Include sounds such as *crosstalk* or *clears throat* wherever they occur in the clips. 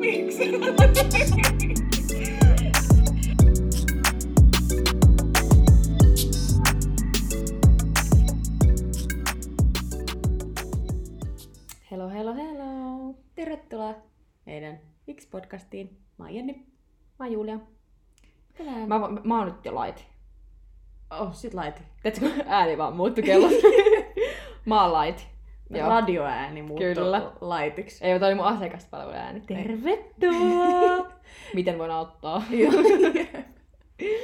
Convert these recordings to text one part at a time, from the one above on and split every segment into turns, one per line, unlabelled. Miksi? Hello, hello, hello. Tervetuloa meidän X-podcastiin. Mä oon Jenni.
Mä oon Julia.
Tänään.
Mä, mä, mä oon nyt jo laiti.
Oh, sit laiti.
Tiedätkö, kun ääni vaan
*laughs*
muuttui kello. mä oon laiti. Joo.
Radioääni muuttui
Kyllä.
laitiksi.
Ei, toi oli mun asiakaspalvelun ääni.
Tervetuloa!
Miten voin auttaa?
*laughs* Joo.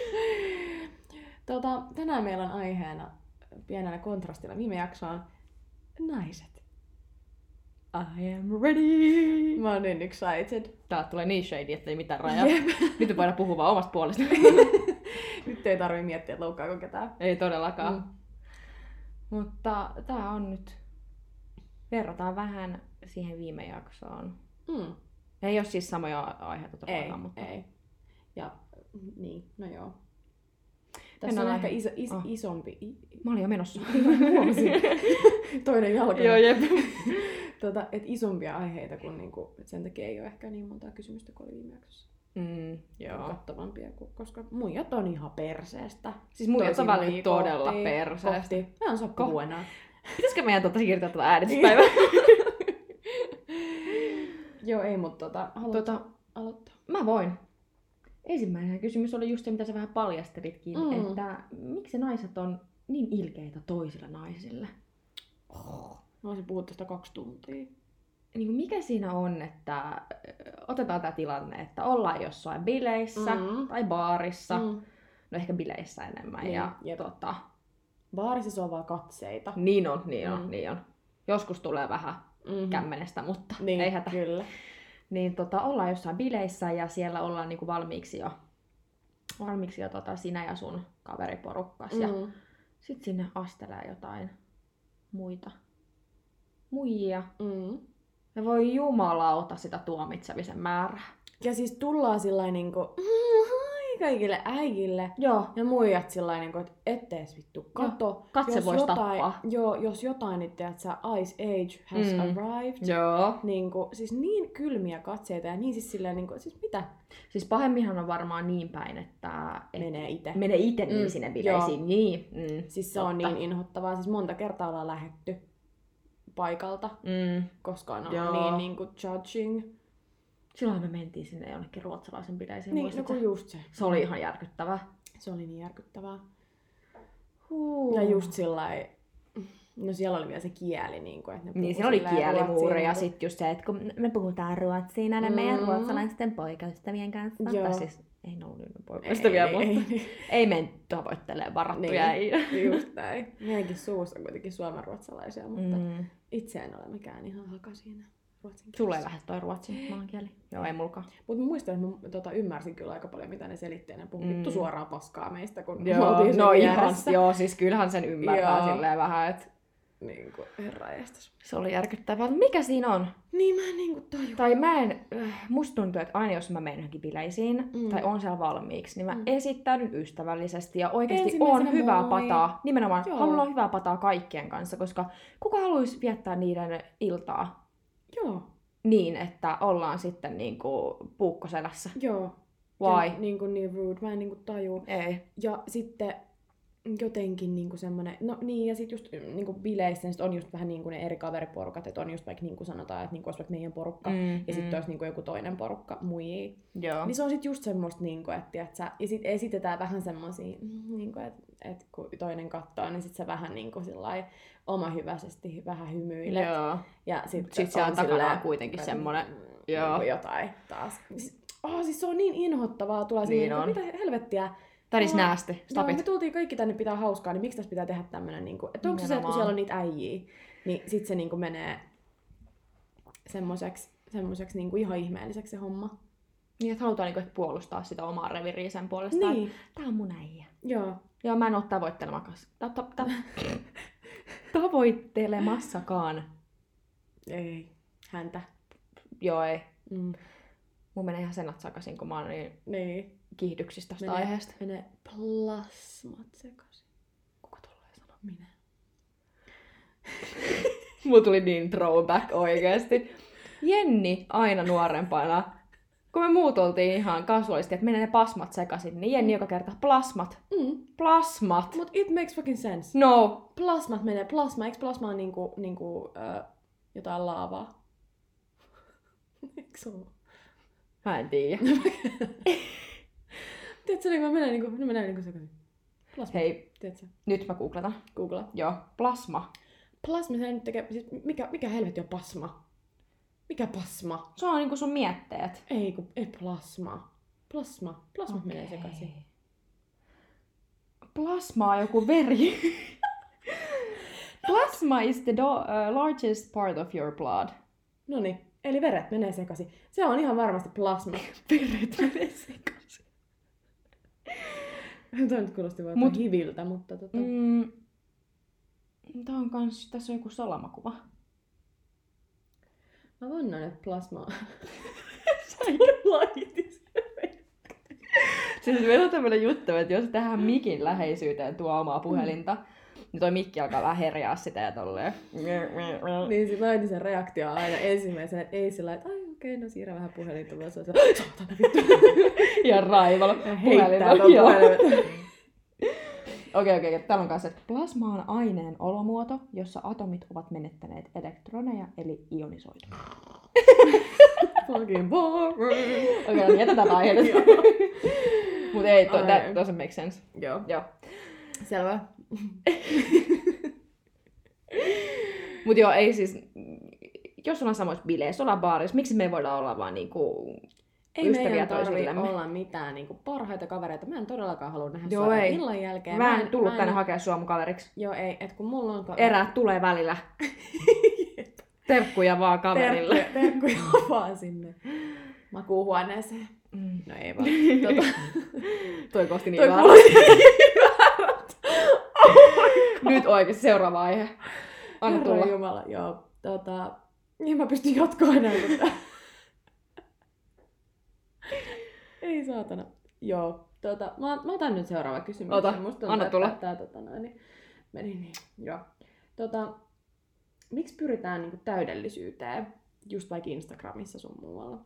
*laughs* tota, tänään meillä on aiheena pienenä kontrastilla viime jaksoon naiset.
I am ready!
Mä oon niin excited.
Tää tulee niin shady, ettei mitään rajaa.
Jep.
Nyt me voidaan puhua vaan omasta
*laughs*
puolesta.
Nyt ei tarvi miettiä, että loukkaako ketään.
Ei todellakaan.
Mm.
Mm. Mutta tää on nyt... Verrataan vähän siihen viime jaksoon.
Mm.
Ei ole siis samoja aiheita
Ei,
todellakaan, mutta...
ei. Ja niin, no joo. Tässä
Mennään
on ehkä
aihe-
iso, is,
Oh.
isompi. I, *laughs*
*laughs* Mä olin jo menossa.
huomasin. toinen jalka.
Joo, jep.
Tota, et isompia aiheita, kun niinku, et sen takia ei ole ehkä niin montaa kysymystä kuin oli viime jaksossa.
Mm,
Joo.
joo.
kattavampia, ku- koska muijat on ihan perseestä.
Siis muijat
Tosi
on välillä
muijia
todella
kohti-
perseestä.
Kohti. Mä en saa puhua
*laughs*
enää.
Pitäisikö meidän tuota siirtää tuota äänityspäivää?
Joo, ei, mutta tota, haluat
Tota,
aloittaa.
Mä voin. Ensimmäinen kysymys oli just se, mitä sä vähän paljastelitkin,
Mm.
mm. että miksi naiset on niin ilkeitä toisilla naisilla? Oh.
Mä olisin puhut tästä kaksi tuntia.
Niin kuin mikä siinä on, että äh, otetaan tämä tilanne, että ollaan jossain bileissä
Mm.
mm. tai baarissa, mm.
Mm.
no ehkä bileissä enemmän,
Niin,
niin, ja
jep.
tota,
Baarissa se on vaan katseita.
niin on, niin on,
Mm.
mm. niin on. Joskus tulee vähän
Mm-hmm.
kämmenestä, mutta
Niin,
ei hätä.
kyllä.
niin tota, ollaan jossain bileissä ja siellä ollaan niinku valmiiksi jo, valmiiksi jo tota, sinä ja sun kaveriporukkas. Mm. Ja
Mm.
sit sinne astelee jotain muita muijia. Mm-hmm.
Mm.
Ja voi jumalauta sitä tuomitsemisen määrää.
Ja siis tullaan sillä niinku,
Mm-hmm.
"Hoi", *laughs* kaikille äijille.
Joo,
Ja muijat sillä niinku, että ettees vittu kato.
katse
Jos
voisi
jotain,
tappaa.
Joo, jos jotain, niin tiedät sä, Ice Age has
Mm.
arrived.
Joo.
niin kuin, siis niin kylmiä katseita ja niin siis silleen, niin kuin, siis mitä
Siis pahemminhan on varmaan niin päin, että et
menee itse.
mene itse niin
Mm,
mm. sinne bileisiin. Joo. Niin. Mm.
Siis se on
Totta.
niin inhottavaa, siis monta kertaa ollaan lähetty paikalta,
Mm.
koska on
Joo.
niin, niin kuin judging.
Silloin me mentiin sinne jonnekin ruotsalaisen bileisiin.
Niin, no
muistatko?
kun just se.
Se oli ihan järkyttävää.
Se oli niin järkyttävää.
Huh.
Ja just sillä no siellä oli vielä se kieli, niin kuin, että ne puhuu
Niin, siinä oli
silleen
kielimuuri ja
ruotsia, niin
sitten just se, että kun me puhutaan ruotsia näiden mm. meidän
Mm.
ruotsalaisten poikaystävien kanssa.
Joo.
Tai siis, ei ne ollut nyt
kuin-
poikaystäviä,
Ei,
mutta ei,
ei,
ei. ei mennyt tavoittelemaan varattuja.
Niin.
Niin.
ei, Just näin. Meidänkin suussa on kuitenkin suomenruotsalaisia, mutta mm.
Mm.
itse en ole mikään ihan haka siinä ruotsin
Sulle
kielessä.
ei lähde toi ruotsin maankieli. Joo, ei mulkaan.
Mutta muistan, että mä tota, ymmärsin kyllä aika paljon, mitä ne selitti. Ne puhui
Mm.
vittu suoraan paskaa meistä, kun me oltiin
no
siinä
ihan,
vieressä.
joo, siis kyllähän sen
ymmärtää
ymmärtää
Joo. silleen
silleen vähän, että
Niin kuin, herra jästäs.
se oli järkyttävää. Mut Mikä siinä on?
Niin mä en niin kuin tajua.
Tai mä en, äh, musta tuntuu, että aina jos mä menen johonkin bileisiin
Mm.
mm. tai on siellä valmiiksi, niin mä
Mm.
mm. esittäydyn ystävällisesti ja oikeasti
Ensimmäisenä
on hyvää
moi.
pataa. Nimenomaan
Joo.
Joo. haluan hyvää pataa kaikkien kanssa, koska kuka haluaisi viettää niiden iltaa
Joo,
niin, että ollaan sitten niinku puukkoselässä?
joo.
Why?
Ja, niin kuin niin rude, mä en niin kuin tajua.
Ei.
Ja sitten jotenkin niinku semmonen, no niin, ja sitten just mm, niinku bileissä niin sit on just vähän niinku ne eri kaveriporukat, että on just vaikka niinku sanotaan, että niinku olisi vaikka meidän porukka, mm. ja sitten olisi niinku joku toinen porukka, muijia.
Joo.
Niin se on sitten just semmoista, niin kuin, että, tiedät sä, ja sit esitetään vähän semmoisia, niin kuin, että, että kun toinen katsoo, niin sitten sä vähän niin kuin sillai omahyväisesti vähän hymyilet.
Joo.
Ja sitten
Mut sit siellä takana on kuitenkin semmonen, joo.
Niin jotain taas. Siis- Oh, siis se on niin inhottavaa, tulee niin
Niin
on.
on.
mitä helvettiä.
That is
Joo. No,
nasty.
Joo,
Stop
me
it.
tultiin kaikki tänne pitää hauskaa, niin miksi tässä pitää tehdä tämmönen, niin kuin, että onko se se, että kun
Nimenomaan.
siellä on niitä äijiä, niin sitten se niin kuin menee semmoiseksi semmoiseksi niin kuin ihan ihmeelliseksi se homma.
Niin, että halutaan niinku ehkä puolustaa sitä omaa reviiriä sen puolesta. Niin. Tää on mun äijä.
joo.
Joo, mä en oo tavoittelemakas. Ta- ta-
*laughs*
ta- tavoittelemassakaan.
Ei, häntä.
Joo, ei.
Mm.
Mun menee ihan senat sakasin, kun mä oon niin
Niin.
kiihdyksissä tästä
Menee.
Mene. aiheesta.
Menee plasmat sekaisin.
Kuka tulee sanoa? *laughs*
Minä.
Mulla tuli niin throwback oikeesti. Jenni aina nuorempana, kun me muut oltiin ihan kasvallisesti, että menee ne pasmat sekaisin, niin Jenni joka kerta plasmat.
Mm.
Plasmat!
Mut it makes fucking sense.
No,
Plasmat menee plasma. Eikö plasma ole niinku, niinku ö, jotain laavaa? *laughs* Eikö se ole?
mä en tiedä.
*laughs* Tiedätkö, niin mä menen niinku, ne menee niinku sekaisin. Plasma.
Hei,
Tiedätkö?
nyt mä googletan.
Googlaa.
Joo, plasma.
Plasma, se nyt tekee, siis mikä, mikä helvetti on pasma? Mikä pasma?
Se on niinku sun mietteet.
Ei kun, ei plasma. Plasma. Plasma okay. menee sekaisin. *laughs*
Plasma on joku veri. *laughs* Plasma is the do- uh, largest part of your blood.
No niin, eli veret menee sekaisin. Se on ihan varmasti plasma.
Veret *laughs* menee sekaisin.
*laughs* Toi nyt kuulosti vaan
Mut-
Mut... hiviltä, mutta tota... Mm.
Mm. Tää on kans, tässä on joku salamakuva.
Mä vannan, että plasma
*laughs*
on
Siis meillä on tämmönen juttu, että jos tähän mikin läheisyyteen tuo omaa puhelinta, niin toi mikki alkaa vähän herjaa sitä ja tolleen.
Niin sit laitin sen reaktio aina ensimmäisenä, että ei sillä että ai okei, no siirrä vähän puhelinta, vaan se on se, saatana vittu,
Ja raivolla
ja heittää
puhelimella.
ton
no joo.
puhelimen.
Okei, okei. okei. Täällä on kanssa, että plasma on aineen olomuoto, jossa atomit ovat menettäneet elektroneja, eli ionisoituneet.
Fucking boring.
Okei, okay, no niin jätetään tää aihe
Joo.
Mut ei, to,
Ai.
that doesn't make sense.
Joo,
Joo.
selvä.
Mut joo, ei siis... mm, Jos ollaan samoissa bileissä, ollaan baarissa, miksi me ei voida olla vaan niinku...
Ei
ystäviä
meidän tarvi
toisillemme.
olla mitään niinku parhaita kavereita. Mä en todellakaan halua nähdä
Joo,
sua tämän
ei.
illan jälkeen.
Mä en tullut
mä
tänne hakea sua mun kaveriksi.
Joo, ei. Et kun mulla on... ka-
Erät tulee
*laughs*
välillä. Terkkuja vaan kaverille.
Terkkuja, terkkuja *laughs* vaan sinne makuuhuoneeseen.
Mm.
No ei vaan. Tota,
Toi kosti niin
toi
väärältä.
kuulosti
*laughs* Nyt oikeesti seuraava aihe. Anna
Herra
tulla.
Jumala, joo. Tota, niin mä pystyn jatkoa
*laughs*
enää mutta... Ei saatana. Joo. Tota, mä, mä otan nyt seuraava kysymys.
Ota,
Musta
anna
että
tulla.
Tää, tota, noin, niin meni niin. Joo. Tota, miksi pyritään niinku täydellisyyteen? Just vaikka Instagramissa sun muualla.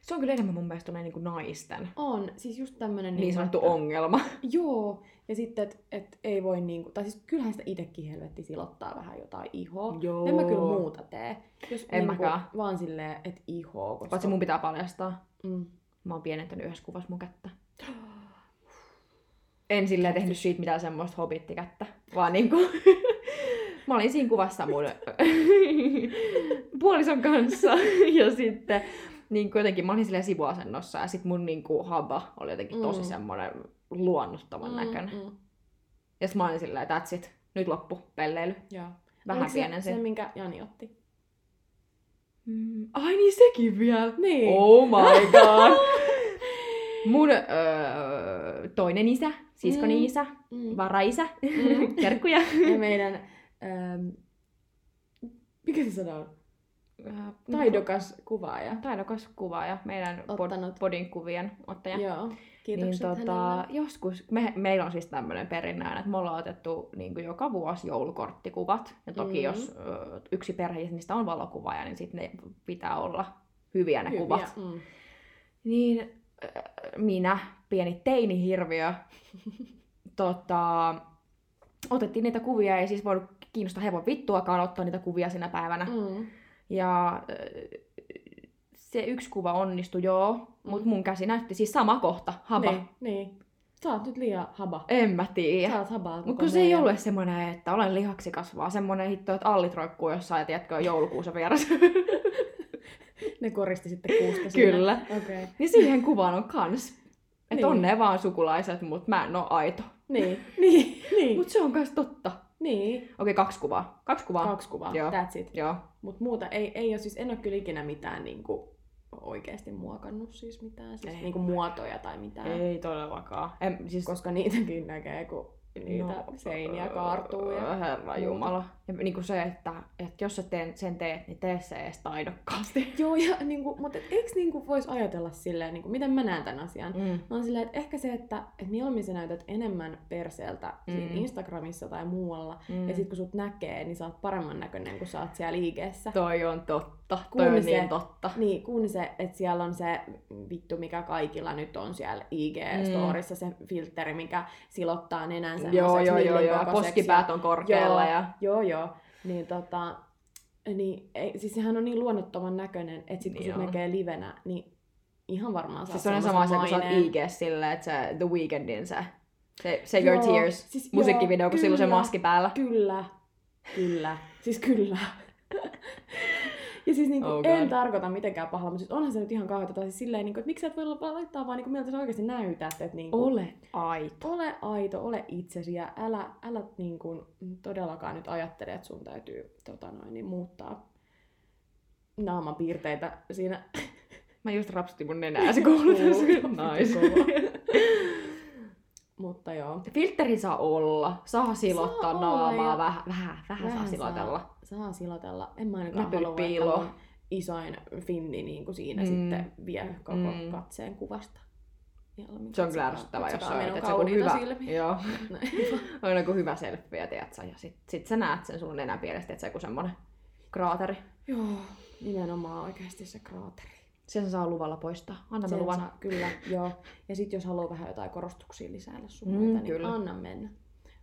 Se on kyllä enemmän mun mielestä niin kuin naisten
On, siis just tämmönen...
niin
niinku,
sanottu
että-
ongelma.
Joo, ja sitten, että et ei voi niinku, tai siis kyllähän sitä itekin helvetti silottaa vähän jotain ihoa.
Joo.
En mä kyllä muuta tee. Jos
En
niinku,
mäkään.
Vaan silleen, että ihoa, koska...
Paitsi mun pitää paljastaa.
Mm.
Mä oon pienentänyt yhdessä kuvassa mun kättä. Mm. En silleen tehnyt siitä mitään semmoista hobittikättä, vaan niinku... *laughs* Mä olin siinä kuvassa mun puolison kanssa ja sitten niin jotenkin mä olin silleen sivuasennossa ja sitten mun niin kuin, haba oli jotenkin tosi
Mm.
semmoinen luonnottoman mm. näköinen.
Mm.
Ja sitten mä olin silleen, that's it, nyt loppu, pelleily.
Joo.
Vähän
Oliko se,
pienensin.
se, minkä Jani otti?
Mm, ai niin sekin vielä.
Niin.
Oh my
*laughs*
god. Mun öö, toinen isä, siskoni
Mm.
isä,
Mm.
varaisä, *laughs*
Mm.
terkkuja.
*laughs* Ja meidän... Ähm, mikä se sana
Niin,
on?
Taido,
Taidokas kuvaaja.
taidokas kuvaaja, meidän pod,
Ottanut.
podin kuvien ottaja.
Joo.
Niin
Kiitokset
tota,
hänelle.
joskus, me, meillä on siis tämmöinen perinne, aina, että me ollaan otettu niin kuin joka vuosi joulukorttikuvat. Ja toki
Mm.
mm. jos ö, yksi perheistä on valokuvaaja, niin sitten ne pitää olla hyviä ne hyviä. kuvat.
Mm.
Niin äh, minä, pieni
*laughs*
teinihirviö, tota, otettiin niitä kuvia, ei siis voinut kiinnostaa hevon vittuakaan ottaa niitä kuvia sinä päivänä. Mm.
Mm.
Ja äh, se yksi kuva onnistui joo, mutta mun käsi näytti siis sama kohta, haba.
Niin, niin. Sä oot nyt liian haba.
En mä tiedä.
Sä oot habaa koko
Mutta kun se ei
meidän-
ollut edes semmoinen, että olen lihaksikas, vaan semmoinen hitto, että allit roikkuu jossain ja tiedätkö, joulukuussa vieressä. *laughs*
Ne koristi sitten kuusta siinä.
Kyllä.
Okei. Okay.
niin siihen kuvaan on kans. Että
Niin.
niin. on ne vaan sukulaiset, mutta mä en oo aito.
Niin, *laughs* niin, niin.
Mut se on kans totta.
niin.
Okei, kaksi kuvaa. Kaksi kuvaa.
Kaksi kuvaa, Joo.
Joo.
that's it.
Joo.
Mut muuta ei, ei ole, siis en ole kyllä ikinä mitään niinku oikeesti muokannut siis mitään, siis
Ei.
niinku muotoja tai mitään.
Ei todellakaan. En, siis,
Koska niitäkin näkee, kun niitä no, seiniä kaartuu
*laughs*
ja...
Äh, Herra Jumala. Ja niinku se, että, että jos sä teen, sen teet, niin tee se edes taidokkaasti.
Joo, ja niinku, mutta et, eiks niinku vois ajatella silleen, niinku, miten mä näen tämän asian?
Mm.
Mä oon silleen, että ehkä se, että et mieluummin sä näytät enemmän perseeltä siinä
Mm.
Instagramissa tai muualla,
Mm.
ja sit kun sut näkee, niin sä oot paremman näköinen, kun sä oot siellä liikeessä.
Toi on totta. totta.
Kun
toi on
se-
niin totta.
Niin, kun se, että siellä on se vittu, mikä kaikilla nyt on siellä IG-storissa, se filtteri, mikä silottaa nenänsä
Mm. Joo, joo, joo, joo. ja Poskipäät on korkealla
Joo.
ja...
Joo, joo. Niin tota, niin, ei, siis sehän on niin luonnottoman näköinen, että sit kun
Niin
niin sut
on.
näkee livenä, niin ihan varmaan saa
Siis se on ihan sama asia, kun sä oot IG silleen, että se The Weekndin se, se, se Your
Joo,
Tears
siis
musiikkivideo,
joo,
kun sillä on se
kyllä.
maski päällä.
Kyllä, kyllä, siis kyllä. *laughs* ja siis niinku,
Oh
oh
god.
en tarkoita mitenkään pahaa, mutta siis onhan se nyt ihan kauheata. Tai siis silleen, niinku, että miksi sä et voi la- laittaa vaan, niinku, miltä sä oikeasti näytät. Että niinku,
Ole aito.
ole aito, ole itsesi ja älä, älä niin kuin, todellakaan nyt ajattele, että sun täytyy tota noin, niin muuttaa naamapiirteitä siinä.
Mä just rapsutin mun nenää, se kuuluu.
Nice. *laughs* Mutta joo,
Filtteri saa olla. Saa silottaa
olla
naamaa
ja-
vähän, vähän, vähän,
Vähän
saa
saa.
silotella.
saa silotella. En mä ainakaan
Näpyt
halua, että
piiloon.
mun isoin finni niin kuin siinä
Mm.
mm. sitten vie koko
Mm.
mm. katseen kuvasta. Mieluummin
Se on kyllä
katsokaa-
ärsyttävää, jos
katsokaa
sä
minun
yrität, se on
kauniita
hyvä.
silmiä.
*laughs* Joo. Aina kun hyvä selfie, tiedät sä, ja sit, sit sä näet sen sun nenäpielestä, että se joku semmonen kraateri.
Joo, nimenomaan oikeasti se kraateri.
Sen saa luvalla poistaa. Anna mä
Sen
luvan.
saa, kyllä, joo. Ja sitten jos haluaa vähän jotain korostuksia lisäillä sun
Mm,
myötä, niin
kyllä.
anna mennä.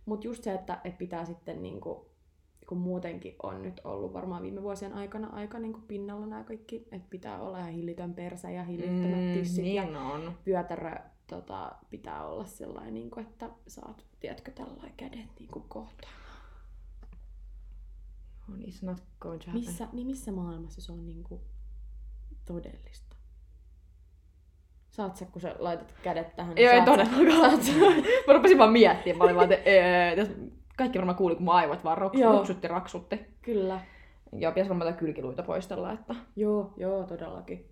Mutta just se, että et pitää sitten niinku, kun muutenkin on nyt ollut varmaan viime vuosien aikana aika niinku pinnalla nämä kaikki, että pitää olla ihan hillitön persä ja hillittömät mm, tissit niin. ja
niin on.
vyötärö tota, pitää olla sellainen, niinku, että saat, tiedätkö, tällainen kädet niinku kohtaan.
On is not going to happen.
Missä, niin missä maailmassa se on niinku todellista? Saat sä, kun sä laitat kädet tähän, niin
Ei, ei
saat sä-
todellakaan.
saat sä- *laughs*
mä rupesin vaan miettimään. Mä olin vaan, että ee, tässä kaikki varmaan kuuli, kun mun aivot vaan roks-
Joo.
roksutti, raksutti.
Kyllä.
Joo, pitäisi varmaan tätä kylkiluita poistella, että
Joo, joo, todellakin.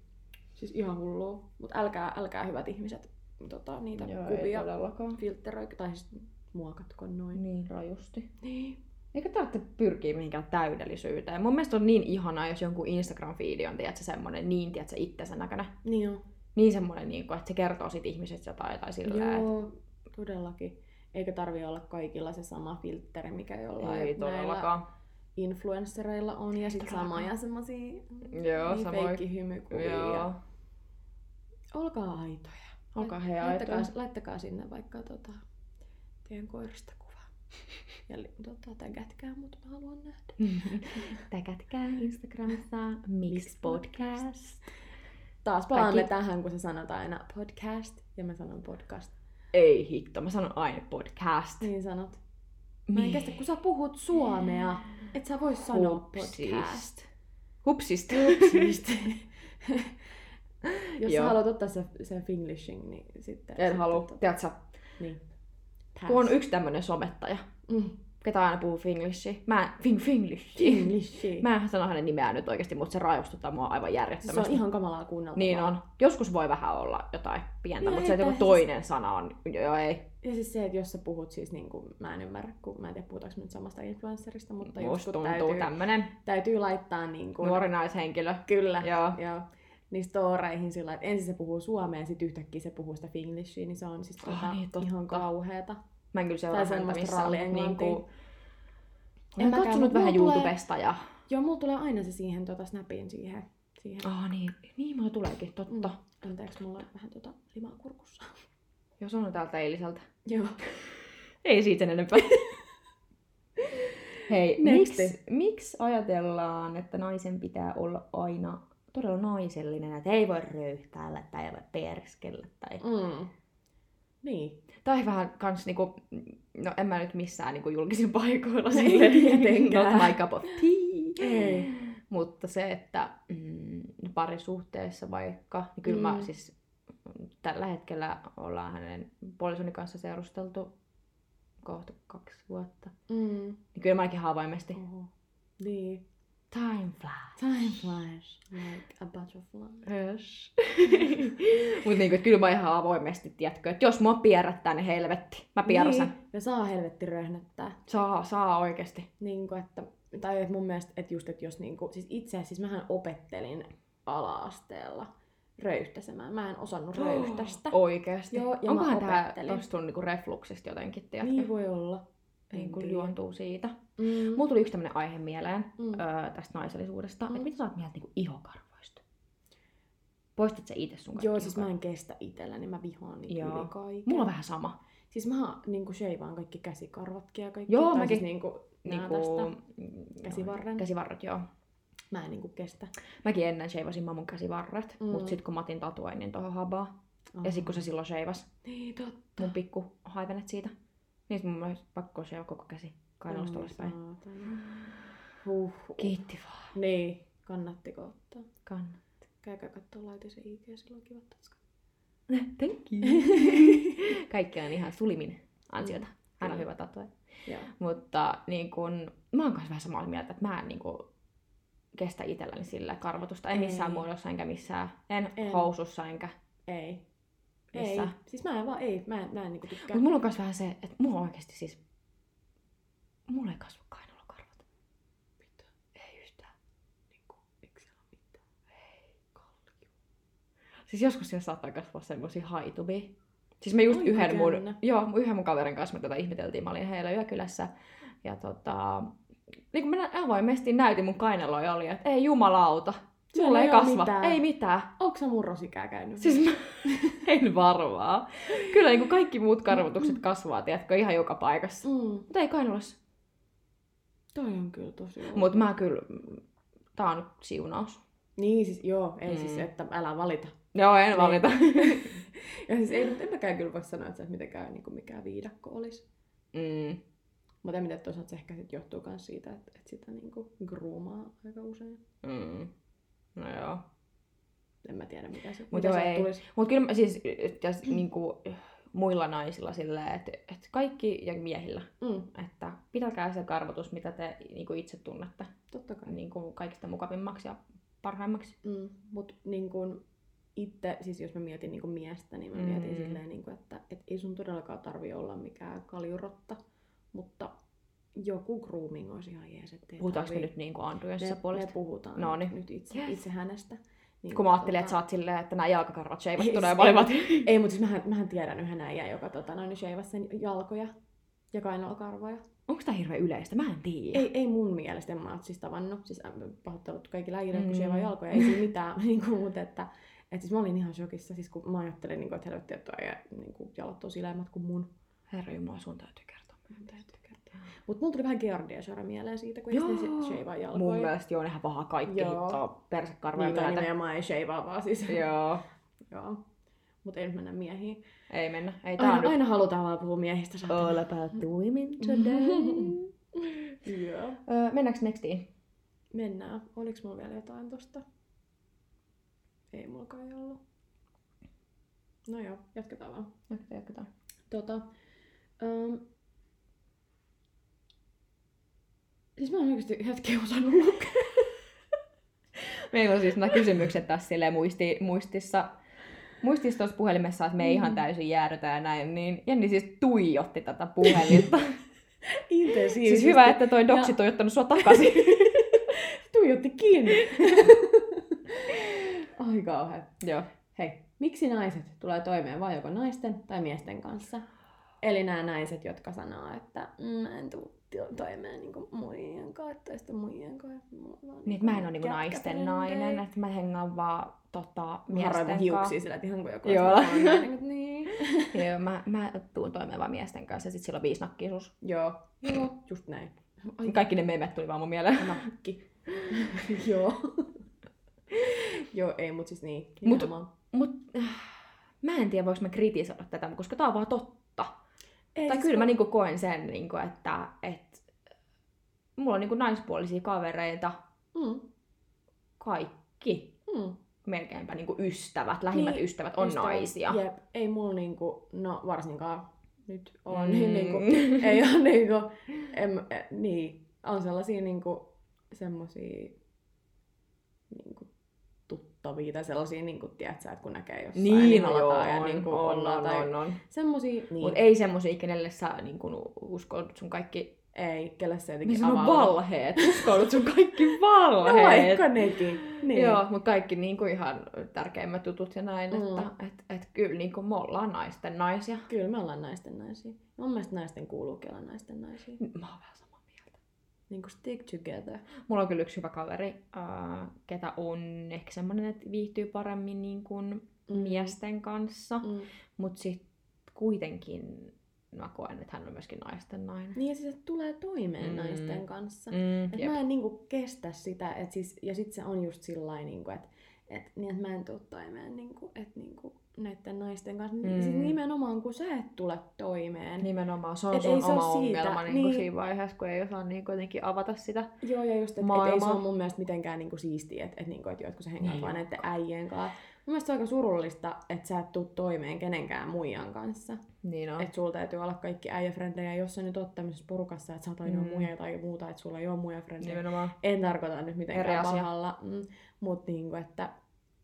Siis ihan hullua. Mutta älkää, älkää hyvät ihmiset tota, niitä joo, kuvia
todellakaan.
filtteröikö tai siis muokatko noin.
Niin rajusti.
Niin.
Eikä tarvitse pyrkiä mihinkään täydellisyyteen. Mun mielestä on niin ihanaa, jos jonkun Instagram-fiidi on, tiedätkö, semmonen niin, tiedätkö, itsensä näköinen.
Niin on.
Niin semmonen, niin kuin, että se kertoo sit ihmisestä jotain tai sillä, että
Joo, todellakin. Eikä tarvi olla kaikilla se sama filtteri, mikä jollain
ei
näillä
todellakaan.
influenssereilla on. Ja sitten
Todellakaan.
samoja semmosia
Joo,
niin
samoin.
feikkihymykuvia.
Joo.
Joo. Olkaa aitoja.
Olkaa he
laittakaa,
aitoja.
laittakaa sinne vaikka tota, teidän koirasta kuva. Ja li- tota, tägätkää, mutta mä haluan nähdä.
*laughs* Täkätkää Instagramissa Mix Podcast.
Taas palaamme
Kaikki-
Kaikki... tähän, kun sä sanot aina podcast ja mä sanon podcast.
Ei hitto, mä sanon aina podcast.
Niin sanot. Mä
Niin.
en kestä, kun sä puhut suomea, et sä voi sanoa podcast.
Hupsist. Hupsist.
Hupsist. Jos
Joo.
sä haluat ottaa se, se finglishing, niin sitten...
En
sitten
halua.
Tota,
Tiedätkö,
niin.
kun on yksi tämmönen somettaja,
Mm.
ketä aina puhuu finglishia. Mä en, fing, finglishia.
Finglishing.
Mä en sano hänen nimeään nyt oikeasti, mutta se raivostuttaa mua aivan
Siis se on
järjettömästi.
ihan kamalaa kuunneltavaa.
Niin on. Joskus voi vähän olla jotain pientä,
Niin,
mutta se, että
ei
joku
pääse-
toinen sana on, joo ei.
Ja siis se, että jos sä puhut siis niin kuin, mä en ymmärrä, kun mä en tiedä puhutaanko me nyt samasta influencerista, mutta
Musta
joskus
tuntuu
täytyy,
tämmönen
täytyy laittaa niin kuin,
nuori naishenkilö.
kyllä,
Joo.
joo, niin storeihin sillä että ensin se puhuu suomea ja sitten yhtäkkiä se puhuu sitä finglishia, niin se on siis
Oh,
tota,
niin, totta.
ihan kauheeta.
Mä en kyllä seuraa
Tai
häntä
semmoista
missään. mutta
rallienglantia.
niinku-
En
Olen
mäkään,
katsonut
mut
vähän
mulla tulee-
YouTubesta ja...
Joo, mulla tulee aina se siihen tota, snapiin siihen. siihen.
Ah niin, niin mulla tuleekin, totta. Mm.
Mm. Anteeksi, mulla on vähän tota limaa kurkussa.
Jos on täältä eiliseltä.
*laughs* joo.
Ei siitä sen enempää. *laughs* Hei,
Next.
miksi miks ajatellaan, että naisen pitää olla aina todella naisellinen, että ei voi röyhtäällä tai ei voi perskellä tai...
Mm. Niin.
Tai vähän kans niinku, no en mä nyt missään niinku julkisilla *laughs* paikoilla
Ei
silleen,
tietenkään.
Not my cup of tea.
Ei.
Mutta se, että mm, parisuhteessa vaikka, niin kyllä mm. mä
Mm.
siis tällä hetkellä ollaan hänen puolisoni kanssa seurusteltu kohta kaksi vuotta.
Mm.
Niin kyllä mä ainakin haavaimesti.
Oho. Niin.
Time flies.
Time flies like a *laughs* butterfly.
*laughs* Yes. Mutta niinku, et kyllä mä ihan avoimesti, tiedätkö, että jos mua pierrättää, niin helvetti. Mä pierrasen. Niin.
Niin, ja saa helvetti röhnättää.
Saa, saa oikeesti.
Niin kuin, että, tai että mun mielestä, että just, että jos niin kuin, siis itse, siis mähän opettelin ala-asteella röyhtäsemään. Mä en osannut röyhtästä.
Oikeesti.
Joo, ja mä
Onkohan tää
opettelin.
tosta sun niinku refluksista jotenkin, tiedätkö?
Niin voi olla.
niin kuin
tiedä.
juontuu siitä.
Mm.
Mulla tuli yksi tämmöinen aihe mieleen
mm.
öö, tästä naisellisuudesta.
Mm.
Mm. Että mitä sä oot mieltä niin ihokarvoista? Poistat sä itse sun kaikki
Joo, siis mä
ihokarvat?
en kestä itellä, niin mä vihaan niitä
Joo.
yli kaiken.
Mulla on vähän sama.
Siis mä niinku sheivaan kaikki käsikarvatkin ja kaikki.
Joo,
tai
mäkin.
Siis niinku,
Niin
nää
kuin,
tästä. Käsivarren.
Käsivarret, joo.
Mä en niinku kestä.
Mäkin ennen sheivasin mä mun käsivarret,
Mm. Ah.
mm. mut sit kun mä otin tatuoinnin tohon habaan, ja sit kun se silloin sheivas
Niin totta.
mun pikku haivenet siitä, niin sit mun olisi pakko sheivaa koko käsi kainalosta alaspäin.
saatana. Huh.
Kiitti vaan.
Niin, kannattiko ottaa?
Kann.
Käykää katsoa laitisen IG, sillä on kivat
*laughs*
tanskat.
Thank you. *laughs* Kaikki on ihan sulimin ansiota. Hän on
Kyllä.
hyvä tatuoja.
Joo.
Mutta niin kun, mä oon kanssa vähän samaa mieltä, että mä en niin kun, kestä itselläni sillä karvotusta. En
Ei.
missään muodossa, enkä missään. En,
En.
en. housussa, enkä
Ei. Ei.
missään.
Siis mä en vaan, ei. Mä en, mä en niinku tykkää.
Mutta mulla on myös vähän se, että mulla oikeasti siis... Mulla ei kasva kainalokarvat.
Mitä?
Ei yhtään.
Niinku, eikö siellä ole mitään? Ei. Kalju.
Siis joskus siellä saattaa kasvaa semmosia haituvia. Siis me just
Aika
yhden mun,
jännä.
joo, mun yhden mun kaverin kanssa me tätä ihmeteltiin. Mä olin heillä yökylässä. Ja tota... Niin kun mä nä- avoimesti näytin mun kainaloa ja oli, että ei jumalauta.
Siellä
mulla ei
ei oo
kasva.
mitään.
Ei mitään.
Onko sä murrosikää käynyt?
Siis mä *laughs* en varmaa. Kyllä niin kaikki muut karvotukset kasvaa, tiedätkö, ihan joka paikassa.
Mm.
Mutta ei kainalossa.
Toi on kyllä tosi outo.
Mutta mä kyllä... Tää on siunaus.
Niin siis, joo, ei mm.
Mm.
siis, että älä valita.
Joo, en
Niin.
valita.
ja siis ei, mutta en mäkään kyllä voi sanoa, että se olisi mitenkään niin kuin mikään viidakko olisi.
Mm.
Mutta en mä tiedä, toisaalta se ehkä sit johtuu myös siitä, että, että sitä niin kuin groomaa aika usein.
Mm. No joo.
En mä tiedä, mikä se,
Mut joo,
sieltä
ei.
tulisi.
Mut kyllä mä siis täs, niinku, muilla naisilla sillä, että et kaikki ja miehillä,
Mm,
että pitäkää se karvotus, mitä te niinku itse tunnette
totta kai.
niinku, kaikista mukavimmaksi ja parhaimmaksi.
Mm, mutta niin kuin itse, siis jos mä mietin niin kuin miestä, niin mä mm. mietin
Mm.
silleen, niin kuin, että et ei sun todellakaan tarvi olla mikään kaljurotta, mutta joku grooming olisi ihan jees, ettei
Puhutaanko me
tarvii-
nyt niinku Andrew
me, me
puolesta?
puhutaan
No
nyt,
niin.
nyt itse,
Yes.
itse hänestä. Niin
Kun mä ajattelin, että sä
tota-
oot silleen, että nämä jalkakarvat
Ei,
sheivat tulee
se-
molemmat. *laughs*
Ei, mutta siis mähän, mähän tiedän yhden äijän, joka tota, noin sheivasi sen jalkoja ja kainalokarvoja.
Onko tää hirveän yleistä? Mä en tiedä.
Ei, ei mun mielestä, en mä oot siis tavannut. Siis äh, pahoittelut kaikki äijille, kun
Mm.
sheivaa jalkoja, ei siinä mitään. *laughs* niin kuin, mutta että, et siis mä olin ihan shokissa, siis kun mä ajattelin, niin kuin, että helvetti, että äijä, niin kuin, jalat on sileämmät kuin mun.
Herra Jumala, sun täytyy kertoa.
Mutta mulla tuli vähän Georgia Shara mieleen siitä, kun
Joo.
ei sitten sheivaa jalkoja.
Mun mielestä joo, nehän paha kaikki
Joo.
hittoa persekarvoja
Niin, tai
myötä.
nimenomaan ei sheivaa vaan siis.
Joo.
Joo. Mutta ei nyt mennä miehiin.
Ei mennä. Ei tää on
Aina,
nyt
aina halutaan vaan puhua miehistä. saatana.
All about the women
*laughs*
*laughs*
today. Joo.
öö, mennäänkö nextiin?
Mennään. Oliko mulla vielä jotain tosta? Ei mulla kai ollut. No joo, jatketaan vaan.
Jatketaan, jatketaan.
Tota, um, siis mä en oikeesti hetki osannut lukea.
Meillä on siis nämä kysymykset tässä silleen muisti, muistissa. Muistissa tuossa puhelimessa, että me ei ihan täysin jäädytä ja näin, niin Jenni siis tuijotti tätä *laughs* puhelinta.
Intensiivisesti.
siis hyvä, että toi doksi toi ottanut sua *laughs* takaisin.
tuijotti kiinni. Ai kauhean.
Joo.
Hei, miksi naiset tulee toimeen vain joko naisten tai miesten kanssa? Eli nämä naiset, jotka sanoo, että "Mm, mä en tuu til- toimeen niinku muiden kanssa, tai sitten muiden kanssa. mulla on
Niin,
niinku
että mä en ole niinku
jätkä
naisten
frendejä.
nainen, että mä hengaan vaan tota,
Mä harvoin
miesten
hiuksia
kanssa.
sillä, että ihan kuin joku
Joo.
olisi nainen, niin kuin, niin.
*laughs* Joo, mä, mä tuun toimeen vaan miesten kanssa ja sit silloin viisi nakkii sus.
Joo, joo, just näin. Ai,
Kaikki ne memet tuli vaan mun mieleen. *laughs*
nakki. *laughs* joo. *laughs* joo, ei, mut siis niin.
Mut-
nimenomaan.
Mut äh, mä en tiedä, voiko mä kritisoida tätä, koska tää on vaan totta.
Ei,
Tai
siis
kyllä
kun-
mä niinku koen sen, niinku, että et, mulla on niinku naispuolisia kavereita,
Mm,
kaikki
mm.
melkeinpä niinku ystävät, lähimmät
Niin,
niin, ystävät on
Ystävät,
naisia.
Jep, ei mulla niinku, no varsinkaan nyt on, mm.
Mm.
niin
*laughs*
niinku, ei oo niinku, em, eh, niin, on sellaisia niinku, semmosia niinku, tuttavia tai sellaisia, niinku, tiedätkö, että kun näkee jossain, niin
no joo,
halataan
on,
niinku,
on,
ollaan
on,
tai
on, on.
semmosia, niin,
Mut ei semmosia, kenelle sä niinku, uskot sun kaikki
Ei, kelle se
Niin
jotenkin
sun on
avaudu.
valheet. *laughs* Uskoudut sun kaikki
No
valheet.
vaikka nekin. Niin.
Joo, mutta kaikki niinku ihan tärkeimmät jutut ja näin,
Mm.
että et, et, kyllä niinku me ollaan naisten naisia.
Kyllä me ollaan naisten naisia. Mun mielestä naisten kuuluukin olla naisten naisia.
Mä oon vähän samaa mieltä.
Niin kuin stick together.
Mulla on kyllä yksi hyvä kaveri, äh, ketä on ehkä semmonen, että viihtyy paremmin niin kuin
Mm.
miesten kanssa,
Mm.
mutta sitten kuitenkin mä koen, että hän on myöskin naisten nainen.
Niin ja siis, että tulee toimeen
Mm.
mm. naisten kanssa.
Mm,
Et
jep.
mä en niinku kestä sitä, et siis, ja sit se on just sillä niinku, että et, niin, et mä en tuu toimeen niinku, et niinku, näiden naisten kanssa.
Mm.
Mm. Siis nimenomaan kun sä et tule toimeen. Niin.
Nimenomaan, se on
Et
sun
ei se
oma
oo siitä,
ongelma niin kuin
niin.
siinä vaiheessa, kun ei osaa niin kuitenkin avata sitä.
Joo, ja just, että et ei se
Maailma.
ole mun mielestä mitenkään niinku siistiä, että et, niinku, et jotkut sä hengaat
Niin
vaan
joo.
näiden äijien kanssa. Mun mielestä se on aika surullista, että sä et tuu toimeen kenenkään muijan kanssa.
Niin on.
Että sulla täytyy olla kaikki äijäfrendejä, jos sä nyt oot tämmöisessä porukassa, että sä oot ainoa
Mm. Niin,
mm. muija tai muuta, että sulla ei ole muija frendejä.
Nimenomaan.
en tarkoita nyt
Eri
mitenkään
asia.
pahalla, mm, mutta niinku, että,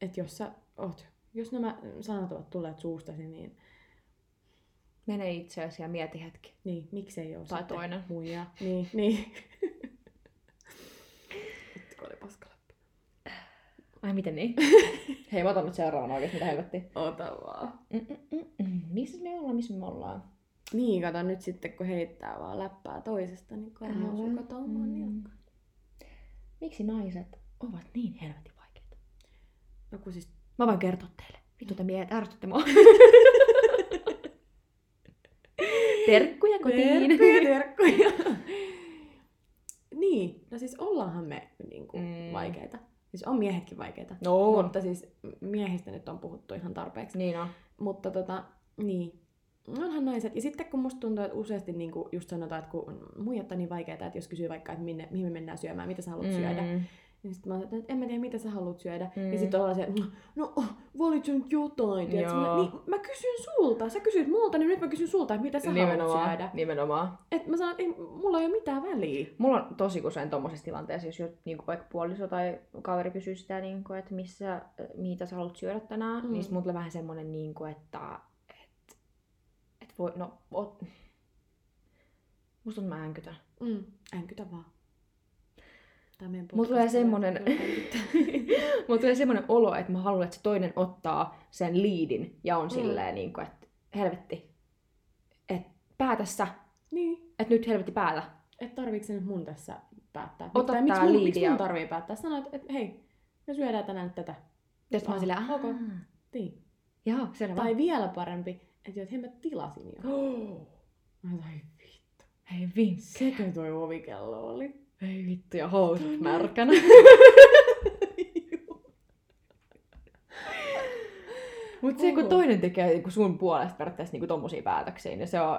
että jos sä oot, jos nämä sanat ovat tulleet suustasi, niin,
Mene itseäsi ja mieti hetki.
niin miksei ole
Tai toinen.
muija. Niin, niin. Vittu, kun oli paskalappi.
Ai miten *laughs* niin? Hei, mä otan nyt seuraavan oikeesti, mitä helvettiä.
Ota vaan.
Mm, Missä me ollaan, missä me ollaan?
Niin, kato nyt sitten, kun heittää vaan läppää toisesta, niin korvaus
Älä.
on katoamaan
Mm.
mm.
Miksi naiset ovat niin helvetin vaikeita?
No kun siis,
Mä voin kertoa teille. Vittu, te miehet ärsytte *laughs* mua. Terkkuja kotiin.
terkkuja, terkkuja. niin, no siis ollaanhan me niinku,
Mm.
mm. vaikeita. Siis on miehetkin vaikeita.
*laughs* No on.
Mutta siis miehistä nyt on puhuttu ihan tarpeeksi.
Niin on.
Mutta tota, niin. Onhan naiset. Ja sitten kun musta tuntuu, että useasti niin kuin just sanotaan, että kun muijat on niin vaikeita, että jos kysyy vaikka, että minne, mihin me mennään syömään, mitä sä haluat mm. syödä, niin sitten mä sanon, että en mä tiedä, mitä sä haluat syödä.
Mm.
Mm. Ja sitten ollaan se, että no oh, valitse nyt jotain. tiedätkö? Mä,
Joo.
niin, mä kysyn sulta, sä kysyt multa, niin nyt mä kysyn sulta, että mitä sä haluat
Nimenomaan.
syödä.
Nimenomaan.
Et mä sanon, että ei, mulla ei ole mitään väliä.
Mulla on tosi usein tommosessa tilanteessa, jos jot, niinku vaikka puoliso tai kaveri kysyy sitä, niinku, että missä, mitä sä haluat syödä tänään, mm.
Mm.
niin sit mulla tulee vähän semmonen, niinku, että et, et voi, no, ot... musta on, että mä änkytän.
Mm. Änkytä vaan. Tää meidän
Mulla tulee
podcast-
semmonen- *laughs* mulla tulee semmonen olo, että mä haluan, että se toinen ottaa sen liidin ja on mm.
Mm.
silleen, niinku, että helvetti, että päätä sä,
*laughs* niin.
että nyt helvetti päätä.
että tarviiko se nyt mun tässä päättää?
Ota
tai
tää
miksi, mun,
liidi
miksi
ja-
mun tarvii päättää? Sanoit, että hei, me syödään tänään nyt tätä.
Ja sit mä oon
Ah,
silleen, aah,
ok. Niin.
joo, selvä.
Tai vielä parempi, että joo, että hei mä tilasin jo.
Oh,
Mä sanoin, "Ai vittu.
*gasps* hei vinkki.
Sekö toi ovikello oli?
Ei vittu, ja housut märkänä. *laughs* Mut se, kun
Oho.
toinen tekee niinku sun puolesta periaatteessa niinku tommosia päätöksiä, niin se on...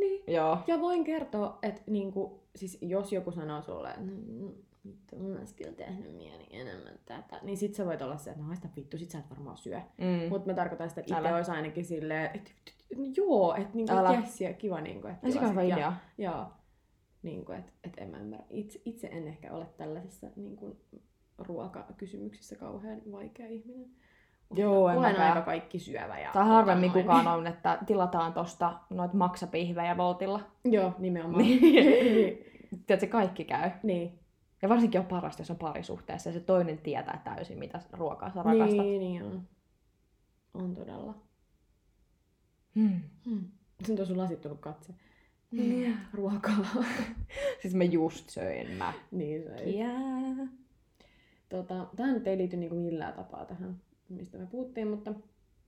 Niin.
Joo.
Ja voin kertoa, että niinku, siis jos joku sanoo sulle, että "Mm, vittu, mun olisi kyllä tehnyt mieli enemmän tätä, niin sit sä voit olla se, että no haista vittu, sit sä et varmaan syö.
Mm. Mut
Mutta mä tarkoitan sitä, että itse
Älä.
olisi ainakin silleen, että joo, että niinku,
Älä.
et jes, ja kiva niinku, että
no, se on hyvä
tilasit ja-
idea.
Joo. Niin kuin, et, et en mä ymmärrä. Itse, itse en ehkä ole tällaisissa niin kuin, ruokakysymyksissä kauhean vaikea ihminen. Mut
Joo, en
Olen
mäkään.
aika kaikki syövä. Ja
Tai harvemmin
tota
kukaan on, että tilataan tosta noit maksapihvejä voltilla.
Joo, nimenomaan.
Niin. *laughs* Tiedätkö, kaikki käy.
*laughs* niin.
Ja varsinkin on parasta, jos on parisuhteessa ja se toinen tietää täysin, mitä ruokaa sä rakastat.
niin, niin on. On todella.
Hmm.
Hmm. Nyt on sun lasittunut katse.
Niin.
*laughs* Ruokaa.
Siis mä just söin mä.
niin se ei.
Yeah. *laughs*
Tota, tämä nyt ei liity niinku millään tapaa tähän, mistä me puhuttiin, mutta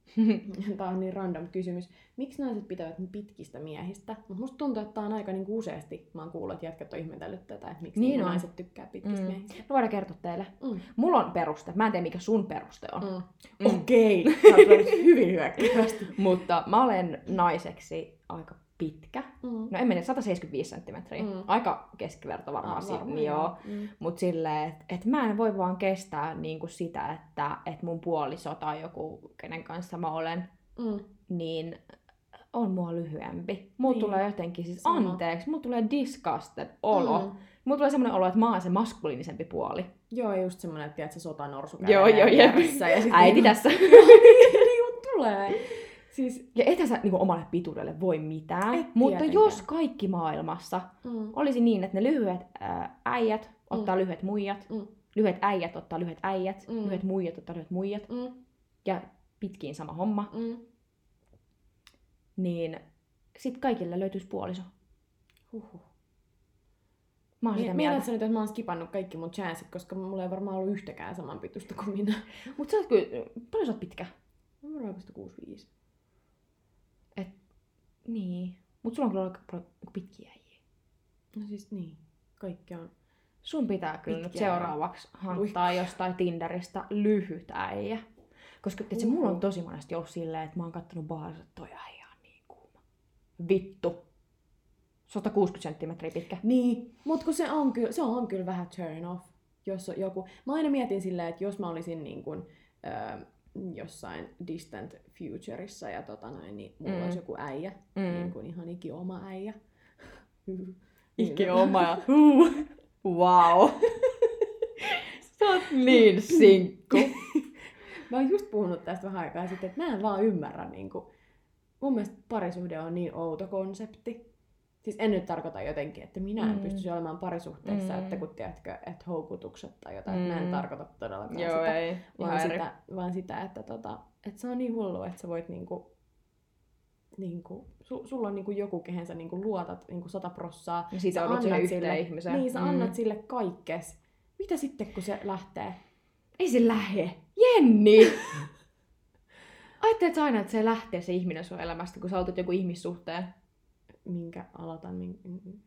*laughs* Tämä on niin random kysymys. Miksi naiset pitävät niin pitkistä miehistä? Mut musta tuntuu, että tämä on aika niinku useasti. Mä oon kuullut, että jätkät on ihmetellyt tätä, että miksi
Niin
niinku
on.
naiset tykkää pitkistä
Mm.
mm. miehistä.
Mä voidaan kertoa teille.
Mm.
Mulla on peruste. Mä en tiedä, mikä sun peruste on.
Mm.
*laughs* Mm.
Okei, sä oot ollut hyvin hyökkäävästi.
*laughs* Mutta mä olen naiseksi aika pitkä.
Mm.
No en mene 175 senttimetriä. Mm.
Mm.
Aika keskiverto varmaan. Ah, varmaan joo.
Mm.
Mutta silleen, että et mä en voi vaan kestää niinku sitä, että et mun puoliso tai joku, kenen kanssa mä olen,
Mm.
niin on mua lyhyempi. Mulla
Niin.
niin. tulee jotenkin siis
Sama.
anteeksi, mulla tulee disgusted olo. Mm. Mulla tulee semmoinen olo, että mä oon se maskuliinisempi *laughs* puoli.
Joo, ja just semmonen, että tiedät, se sotanorsu
Joo,
kävelee
joo,
*laughs*
jep.
vieressä Ja sit
Äiti
niinku-
tässä.
Joo, niin, niin, tulee. Siis,
Ja ethän sä niinku omalle pituudelle voi mitään.
Et
mutta
tietenkään.
jos kaikki maailmassa
mm,
olisi niin, että ne lyhyet ää, äijät ottaa lyhyet muijat,
Mm.
lyhyet äijät ottaa lyhyet äijät,
Mm.
lyhyet muijat ottaa lyhyet muijat,
mm,
ja pitkiin sama homma,
mm.
niin sit kaikille löytyisi puoliso.
Huhhuh.
Mä oon sitä mieltä.
Mielestäni nyt, että mä oon skipannut kaikki mun chanssit, koska mulla ei varmaan ollut yhtäkään saman pituista kuin minä.
Mut sä oot kyllä, paljon sä oot pitkä?
Mä oon oikeastaan 65.
Niin. Mut sulla on kyllä aika paljon niinku pitkiä äijiä.
No siis niin, kaikki on.
Sun pitää kyllä nyt
Pitkiä äijä.
seuraavaksi hanktaa jostain Tinderistä lyhyt äijä. Koska tiiätkö,
Uhu.
mulla on tosi monesti ollut silleen, että mä oon kattonut baarissa, että toi äijä on niin kuuma. Vittu. 160 senttimetriä pitkä.
Niin, mut kun se on, kyllä, se on kyllä vähän turn off, jos on joku... Mä aina mietin silleen, että jos mä olisin niin kuin, ö, jossain distant futureissa ja tota noin, niin mulla
Mm.
mm. olisi joku äijä, mm. niin kuin ihan ikioma äijä. *laughs*
Ikke oma ja huu. Wow. *laughs* Sä oot
*laughs*
niin *laughs* sinkku.
Mä oon just puhunut tästä vähän aikaa sitten, että mä en vaan ymmärrä niin kuin, mun mielestä parisuhde on niin outo konsepti. Siis en nyt tarkoita jotenkin, että minä en
Mm.
mm. pystyisi olemaan parisuhteessa,
Mm.
mm. että kun tiedätkö, että houkutukset tai jotain, mm. mä
Mm.
en tarkoita todellakaan
Joo,
sitä.
ei.
Vaan
Ihan eri.
sitä, vaan sitä, että tota, että se on niin hullu, että sä voit niinku, niinku, su, sulla on niinku joku, kehen sä niinku luotat niinku sata prossaa.
Ja siitä
Sä
on siihen
annat
yhteen
sille-
ihmiseen. Mm.
Niin, sä annat sille kaikkes. Mitä sitten, kun se lähtee?
Ei se lähe.
*laughs*
Jenni! Ajattelet sä aina, että se lähtee se ihminen sun elämästä, kun sä aloitat joku ihmissuhteen.
Minkä aloitan? Min,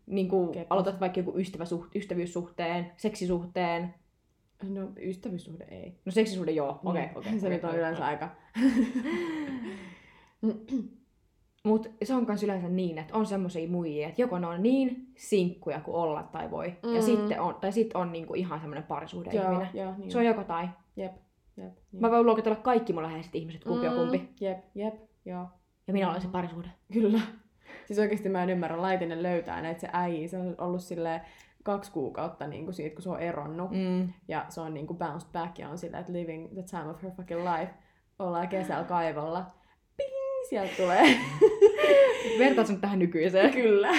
Niin kuin
Keppis.
aloitat vaikka joku ystäväsuht- ystävyyssuhteen, seksisuhteen.
no, ystävyyssuhde ei.
No seksisuhde joo, okei,
Niin,
okei.
*laughs* Se
okei,
nyt on
okei.
yleensä aika...
Mut se on kans yleensä niin, että on semmoisia muijia, että joko ne on niin sinkkuja kuin olla tai voi, mm. ja
Mm.
sitten on, tai sitten on niinku ihan semmoinen parisuhde
*laughs* joo,
ihminen.
joo, niin.
Se on joko tai.
Jep, jep. Niin.
Mä voin luokitella kaikki mun läheiset ihmiset, kumpi mm. on kumpi.
Jep, jep, joo.
Ja minä olen se parisuhde.
Kyllä. Siis oikeasti mä en ymmärrä, Laitinen löytää näitä se äijä. Se on ollut silleen kaksi kuukautta niin kuin siitä, kun se on eronnut. Mm.
Mm.
Ja se on niin kuin bounced back ja on silleen, että living the time of her fucking life. Ollaan kesällä kaivolla. Ping! Sieltä tulee.
Vertaat sen tähän nykyiseen.
*laughs* Kyllä.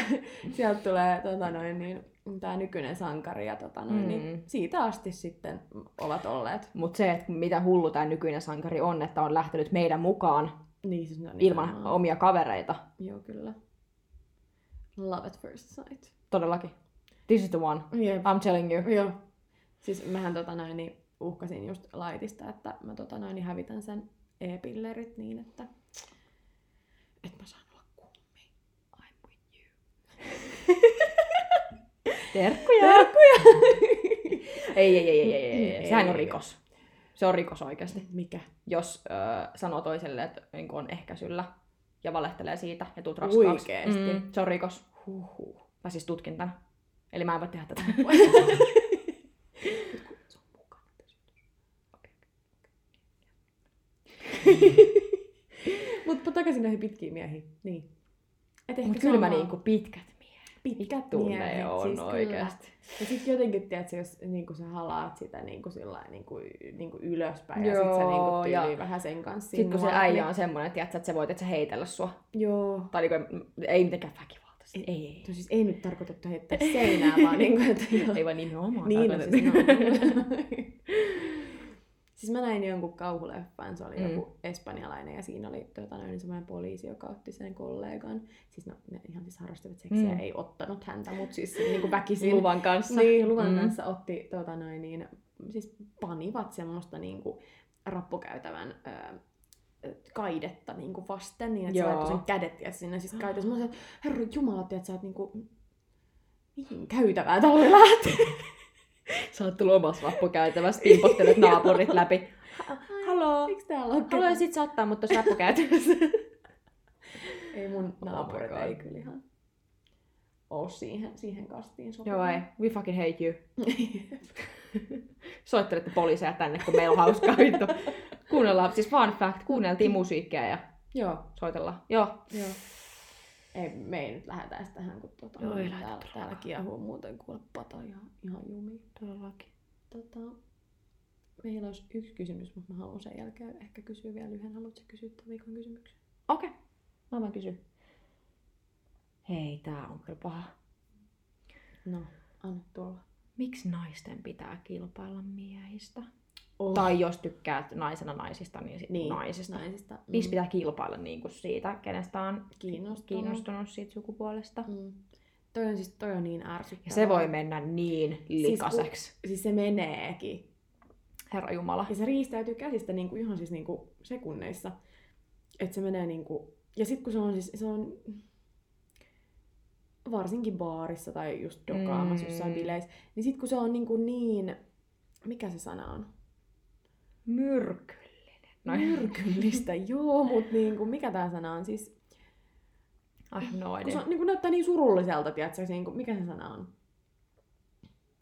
Sieltä tulee tota noin, niin, tämä nykyinen sankari ja tota noin, mm.
Mm.
niin, siitä asti sitten ovat olleet.
Mutta se, että mitä hullu tämä nykyinen sankari on, että on lähtenyt meidän mukaan
Niin, siis ne on
ilman
nimenomaan-
omia kavereita.
Joo, kyllä. Love at first sight.
Todellakin. This is the one.
Jep.
I'm telling you.
Joo. Siis mähän tota noin, niin uhkasin just laitista, että mä tota noin, niin hävitän sen e-pillerit niin, että, että mä saan olla kummi. I'm with you.
Terkkuja. ei, ei, ei, ei, ei, ei, ei.
Ei.
Sehän on rikos. Se on rikos oikeasti.
*laughs* Mikä?
Jos öö, sanoo toiselle, että niin on ehkäisyllä ja valehtelee siitä ja tuut raskaaksi.
Oikeesti.
Mm, se on rikos.
Huhhuh.
Mä siis tutkin tän. Eli mä en voi tehdä tätä.
Mut kun se on mukana tässä jutussa. Mutta takaisin näihin pitkiin miehiin. Niin. Et ehkä
Mutta
se on
kyllä mä
vaan
niinku pitkät miehet.
pitkät
Tunne
miehet,
on
siis
siis
kyllä.
oikeasti.
Ja sitten jotenkin, tiedätkö, jos niin sä halaat sitä niin kuin sillä niin kuin, niin kuin ylöspäin ja
Joo,
sitten sä niin kuin,
ja-
tyyliin vähän sen kanssa
Sitten kun se
sinuat,
äijä
niin-
on semmoinen, että, tiedät sä, että sä voit, että sä heitellä sua.
Joo.
Tai niinku, ei mitenkään väkivaltaisesti.
Ei,
Ei, ei,
No siis ei nyt tarkoitettu
*laughs*
heittää seinää, vaan niin
niinku,
kuin, että joo.
ei. Ei vaan nimenomaan.
niin, no,
tarkoitettu.
siis,
*laughs*
no. *laughs* siis mä näin jonkun kauhuleffan, se oli
Mm.
mm. joku espanjalainen ja siinä oli tota, noin, semmoinen poliisi, joka otti sen kollegan. Siis no, ne ihan siis harrastivat seksiä,
Mm.
mm. ei ottanut häntä, mutta siis niin kuin väkisin.
luvan kanssa.
Niin, luvan
Mm.
mm. kanssa otti, tota noin, niin, siis panivat semmoista niin kuin, rappukäytävän ö, ö, kaidetta niin kuin vasten, niin että
Joo.
se laittoi sen kädet ja sinne siis kaidetta. Mä sanoin, että herra jumala, tiedät sä, että niin kuin, mihin käytävää tää oli lähteä.
Sä oot tullut omassa rappukäytävässä, pimpottelet naapurit läpi. Haloo.
Miksi täällä on kädet?
Haluaisit saattaa mut tuossa rappukäytävässä.
Ei mun
Oh my
naapurit
God.
ei kyllä ihan oo siihen, siihen kastiin sopivia.
*laughs* Joo ei,
*laughs*
we fucking hate you. Soittelette poliiseja tänne, kun meillä on hauskaa vittu. Kuunnellaan, siis fun fact, kuunneltiin musiikkia ja
Joo,
soitellaan. Joo.
joo. Ei, me ei nyt lähdetään tähän, kun tuota,
Joo, ei lähdetä
täällä, täällä kiehuu muuten kuule pata ihan, ihan jumiin.
Todellakin.
Tota, meillä olisi yksi kysymys, mutta mä haluan sen jälkeen ehkä kysyä vielä yhden. Haluatko sä kysyä tämän viikon kysymyksen?
Okei. Okay. Mä vaan kysyn. Hei, tää on kyllä paha.
No, anna tulla.
Miksi naisten pitää kilpailla miehistä?
Oh.
Tai jos tykkäät naisena naisista, niin, sit
Niin,
niin. naisista. Nais.
naisista. Mm.
Niissä pitää kilpailla niinku siitä, kenestä on
kiinnostunut.
kiinnostunut siitä sukupuolesta. Ja
Mm. Toi on siis toi on niin ärsyttävää.
se voi mennä niin likaseksi. Siis,
Siis se meneekin.
Herra Jumala.
Ja se riistäytyy käsistä niinku, ihan siis niinku sekunneissa. Että se menee niinku... Ja sit kun se on siis... Se on varsinkin baarissa tai just dokaamassa mm.
Mm.
jossain bileissä, niin sit kun se on niinku niin... Mikä se sana on?
Myrkyllinen. No. Noin. *laughs*
Myrkyllistä, joo, mut niinku, mikä tää sana on? Siis,
Ah, noin.
kun se on, niinku, näyttää niin surulliselta, tiedätkö, se, niinku, mikä se sana on?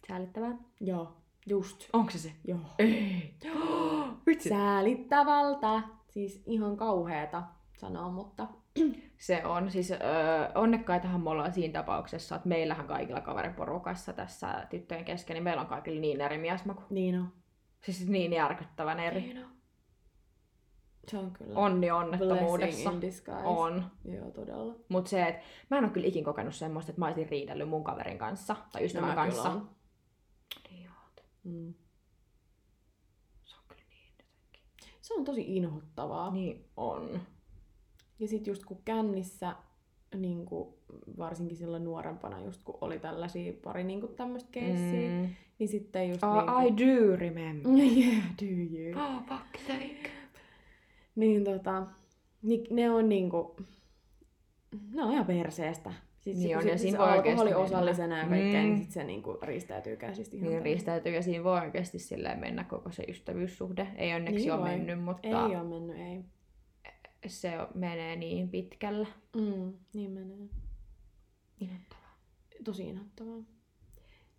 Säällittävää.
Joo, just,
Onko se se?
joo.
Ei. Vitsi.
Säälittävältä, siis ihan kauheeta sanoa, mutta
Se on. Siis öö, onnekkaitahan me ollaan siinä tapauksessa, että meillähän kaikilla kaveriporukassa tässä tyttöjen kesken, niin meillä on kaikilla niin eri miesmaku.
niin on.
Siis niin järkyttävän eri.
Niin on. Se on kyllä.
Onni
Blessing
onnettomuudessa.
in disguise.
On.
Joo, todella.
Mut se, että mä en ole kyllä ikin kokenut semmoista, että mä olisin riidellyt mun kaverin kanssa tai ystävän
Nämä No, kyllä
kanssa.
on.
Niin oot.
Mm.
Se on kyllä niin jotenkin.
Se on tosi inhottavaa. Niin.
Niin on.
Ja sit just kun kännissä, niin kuin, varsinkin silloin nuorempana, just kun oli tällaisia pari niin kuin tämmöistä keissiä, mm.
Mm.
niin sitten just
Oh, I
niin
do remember.
kuin, *laughs* Yeah, do you?
Oh, fuck sake.
Niin tota, ni, ne on niinku, ne on ihan perseestä. Siis
Niin
kun
on,
se-
ja siinä
se
voi
alkoholi
oikeesti
osallisena ja
mennä.
kaikkea, mm.
Mm.
niin sit se niinku riistäytyy käsistä ihan.
Niin
täysin.
riistäytyy ja siinä voi oikeasti silleen mennä koko se ystävyyssuhde. Ei onneksi
Niin
niin ole
voi.
mennyt, mutta
Ei oo mennyt, ei.
se menee niin pitkällä.
Mm, niin menee. Tosi inhottavaa.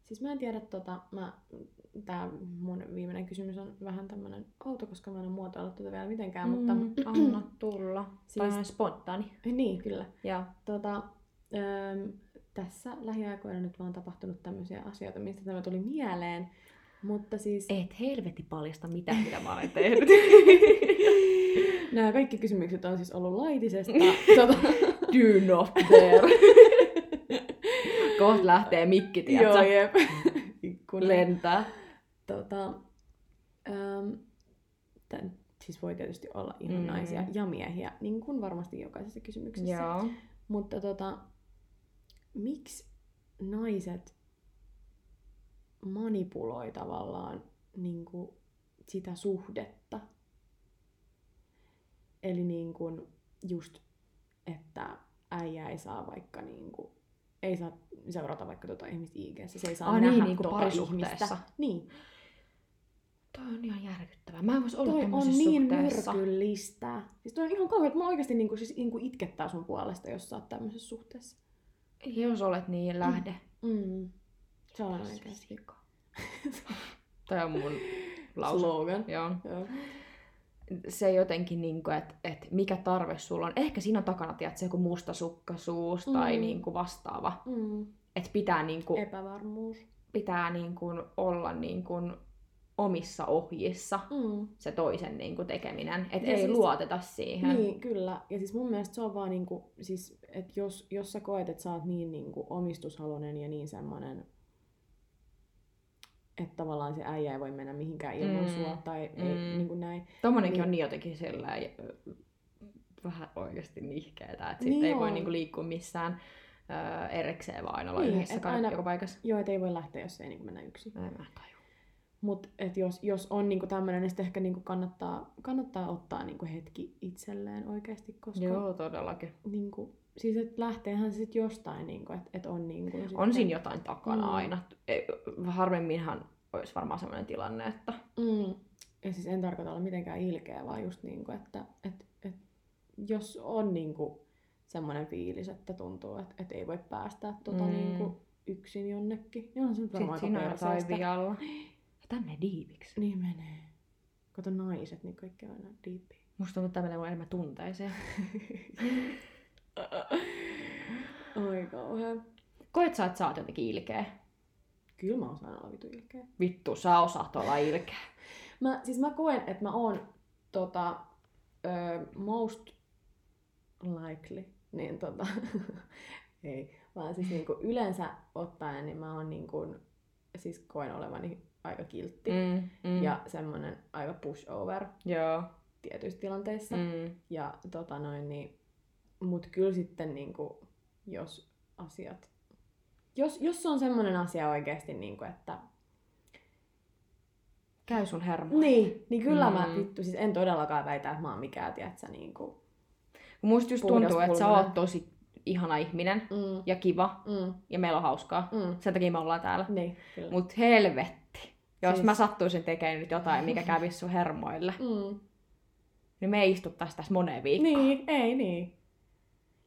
Siis mä en tiedä, tota, mä, tää mun viimeinen kysymys on vähän tämmönen outo, koska mä en oo muotoillut tätä vielä mitenkään, mm. mutta
anna tulla.
Siis-
Siis... Tai on spontaani.
*laughs* niin kyllä.
Ja
Tota, öö, tässä lähiaikoina nyt vaan tapahtunut tämmöisiä asioita, mistä tämä tuli mieleen. Mutta siis *laughs*
et helveti paljasta mitään, mitä mä olen tehnyt.
Nämä kaikki kysymykset on siis ollut
*laughs*
laitisesta. tota,
*laughs* do not dare.
*laughs*
Kohta lähtee mikki,
joo,
tiedätkö?
jep. *laughs* Ikkunen.
Lentää.
Tota, äm, tän, siis voi tietysti olla ihan
Mm.
mm. naisia ja miehiä, niin kuin varmasti jokaisessa kysymyksessä.
Joo.
Mutta tota, miksi naiset manipuloi tavallaan niin kuin sitä suhdetta? Eli niin kuin just, että äijä ei saa vaikka niin kuin, ei saa seurata vaikka tota ihmistä IG, se ei saa
Ai niin,
nähdä
niinku
tota
parisuhteessa.
ihmistä. Niin,
Toi on ihan järkyttävää. Mä en vois olla
toi on
tämmöisessä
niin
suhteessa.
myrkyllistä. Siis toi on ihan kauhean, että mä oikeasti niin kuin, siis, niin kuin itkettää sun puolesta, jos sä oot tämmöisessä suhteessa.
Jos olet niin, lähde.
Mm. Se on
Tässä
oikeasti.
sika. *laughs* Toi on mun lause.
Slogan.
Joo.
Joo.
se jotenkin, niin kuin, että, että mikä tarve sulla on. Ehkä siinä on takana, tiedätkö, joku mustasukkaisuus mm. tai
Mm.
niin kuin vastaava.
Mm.
Että pitää, niin kuin,
Epävarmuus.
pitää niin kuin, olla niin kuin, omissa ohjissa
Mm.
se toisen niin kuin, tekeminen. Että
Ja
ei
siis-
luoteta siihen.
Niin, kyllä. Ja siis mun mielestä se on vaan niinku, siis, että jos, jos sä koet, että sä oot niin niinku omistushalunen ja niin semmonen, että tavallaan se äijä ei voi mennä mihinkään ilman
Mm.
mm. sua tai ei,
Mm.
niinku näin.
Tommonenkin
Niin.
on niin jotenkin sellainen ö, vähän oikeasti nihkeetä, että sitten
Niin
ei voi
on.
niin kuin, liikkua missään ö, erikseen, vaan aina olla
Niin,
yhdessä
et
aina...
aina-
joka paikassa.
Joo, et ei voi lähteä, jos ei niinku mennä yksin.
Mä en mä tajua.
Mutta jos, jos on niinku tämmöinen, niin sitten ehkä niinku kannattaa, kannattaa ottaa niinku hetki itselleen oikeasti, koska
Joo, todellakin.
niinku, siis et lähteehän se sit jostain, niinku, että et on niinku
On
sitten-
siinä jotain takana mm.
Mm.
aina. Ei- Harvemminhan olisi varmaan sellainen tilanne, että
Mm. Ja siis en tarkoita olla mitenkään ilkeä, vaan just niin kuin, että et, et, jos on niin kuin semmoinen fiilis, että tuntuu, että et ei voi päästä tota
Mm.
mm. niin kuin yksin jonnekin, niin on se nyt
sit
varmaan
siinä
aika
on jotain
perseestä.
vialla. Ja tämä menee diiviksi.
Niin menee. Kato naiset, niin kaikki on aina diipi.
Musta tuntuu, että tämä menee mun enemmän tunteeseen.
Oi kauhean.
Koet sä, että sä oot jotenkin ilkeä?
Kyllä mä osaan olla vitu ilkeä.
Vittu, sä osaat olla ilkeä.
Mä, siis mä koen, että mä oon tota, ö, most likely. Niin tota, *laughs* ei. Vaan siis niinku yleensä ottaen, niin mä oon niinku, siis koen olevani aika kiltti. Mm.
Mm, mm.
Ja semmonen aika pushover
Joo.
tietyissä tilanteissa. Mm.
Mm.
Ja tota noin, niin, mut kyllä sitten niinku, jos asiat, jos, jos se on semmonen asia oikeesti, niinku, että
Käy sun hermo.
Niin, niin kyllä mm. mä
Mm.
vittu, siis en todellakaan väitä, että mä oon mikään, tiedätkö, niin kuin...
Kun musta just
Puhdas
tuntuu, että sä
pulmonen.
oot tosi ihana ihminen
Mm,
ja kiva
mm,
ja meillä on hauskaa.
mm.
Sen takia me ollaan täällä.
Niin, kyllä.
Mut helvetti. Jos
Siis-
mä sattuisin tekemään nyt jotain, mikä kävisi sun hermoille,
Mm.
niin me ei istuttaisi tässä moneen viikkoon.
Niin, ei niin.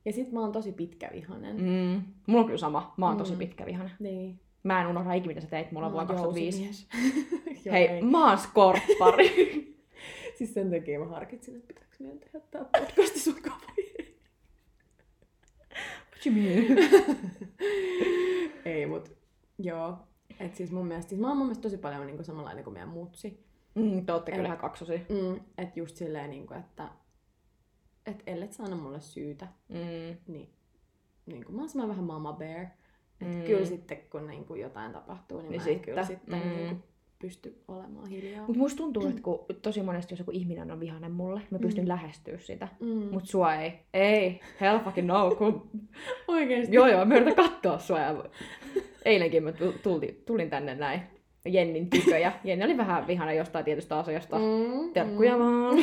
Ja sit mä oon tosi pitkävihanen. Mm.
Mm. Mulla on kyllä sama. Mä oon tosi
Mm.
pitkä vihana.
Niin.
Mä en unohda ikinä, mitä sä teit mulla
Mä
vuonna
oon
2005.
jousimies. *laughs* Joo,
Hei,
ei.
mä
*laughs*
oon skorppari.
Siis sen takia mä harkitsin, että pitääkö meidän tehdä tää podcasti sun kanssa vai *laughs* ei. ei, mut joo. Et siis mun mielestä, siis mä oon mun mielestä tosi paljon niinku samanlainen kuin meidän mutsi.
mm, te ootte
En-
kyllä ihan kaksosi.
Mm, et just silleen, niinku, että et ellet sä anna mulle syytä,
Mm.
niin, niin kuin, mä oon semmoinen vähän mama bear. Et
Mm.
mm. Kyllä sitten, kun niin kuin jotain tapahtuu, niin,
Niin
niin mä en
sitten.
kyllä sitten
Mm.
mm. niin kuin, pysty olemaan hiljaa.
Mut musta tuntuu, että kun tosi monesti jos joku ihminen on vihainen mulle, mä pystyn
Mm.
lähestyä sitä.
Mm.
Mut sua ei. Ei. Hell fucking no. Kun... *laughs*
oikeesti.
joo joo, mä yritän katsoa sua. Ja... Eilenkin mä tu- tulti, tulin tänne näin Jennin tykö ja Jenni oli vähän vihana jostain tietystä asiasta. Mm.
Mm,
Terkkuja vaan.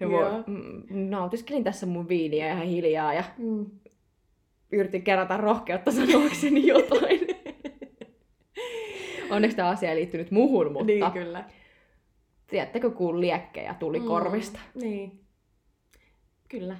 Ja voi,
Joo.
mm, nautiskelin tässä mun viiniä ihan hiljaa ja
*laughs* Mm.
yritin kerätä rohkeutta sanoakseni jotain. *laughs* Onneksi tämä asia ei liittynyt muuhun, mutta
Niin kyllä.
tiedättekö, kun liekkejä tuli mm. korvista.
Mm. Niin. Kyllä.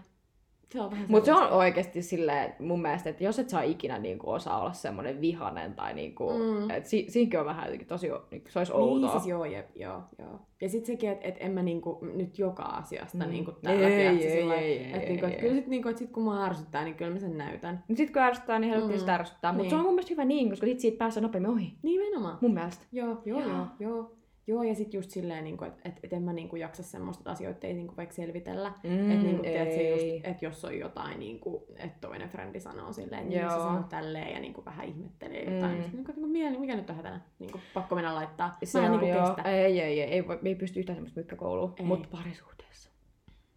Se on vähän
Mutta se on oikeasti silleen mun mielestä, että jos et saa ikinä niinku osaa olla semmoinen vihanen tai niinku, mm.
Mm.
et si- siinäkin on vähän jotenkin tosi, niinku, se olisi
Niin,
outoa.
siis joo, jep, joo, joo. Ja sitten sekin, että et en mä niinku, nyt joka asiasta
Mm.
mm. niinku
Ei,
täällä tiedätkö,
ei,
sillä
ei, ei,
että niinku,
ei,
et kyllä sit, niinku, et sit kun mua ärsyttää, niin kyllä mä sen näytän.
Niin sit kun ärsyttää, niin helvetti
Mm.
mm. sitä ärsyttää. Mutta
Niin.
se on mun mielestä hyvä niin, koska sit siitä pääsee nopeammin ohi.
Nimenomaan.
Mun mielestä.
Joo, joo,
Joo.
joo, joo. Joo, ja sitten just silleen, niin että et, et en mä niin kuin, jaksa semmoista, että asioita ei niin kuin, vaikka selvitellä. Mm, että
niinku,
niin kuin, just, et jos on jotain, niin kuin, että toinen frendi sanoo silleen, niin se
Joo.
sanoo tälleen ja niin kuin, vähän ihmettelee jotain.
Mm.
Mm. Niin kuin, niin kuin, mieli, mikä nyt on hätänä? Niin kuin, pakko mennä laittaa.
Se
mä en
on,
niin kuin,
joo.
kestä.
Ei, ei, ei, ei, voi, ei pysty yhtään semmoista mykkäkoulua.
Ei.
Mutta parisuhteessa.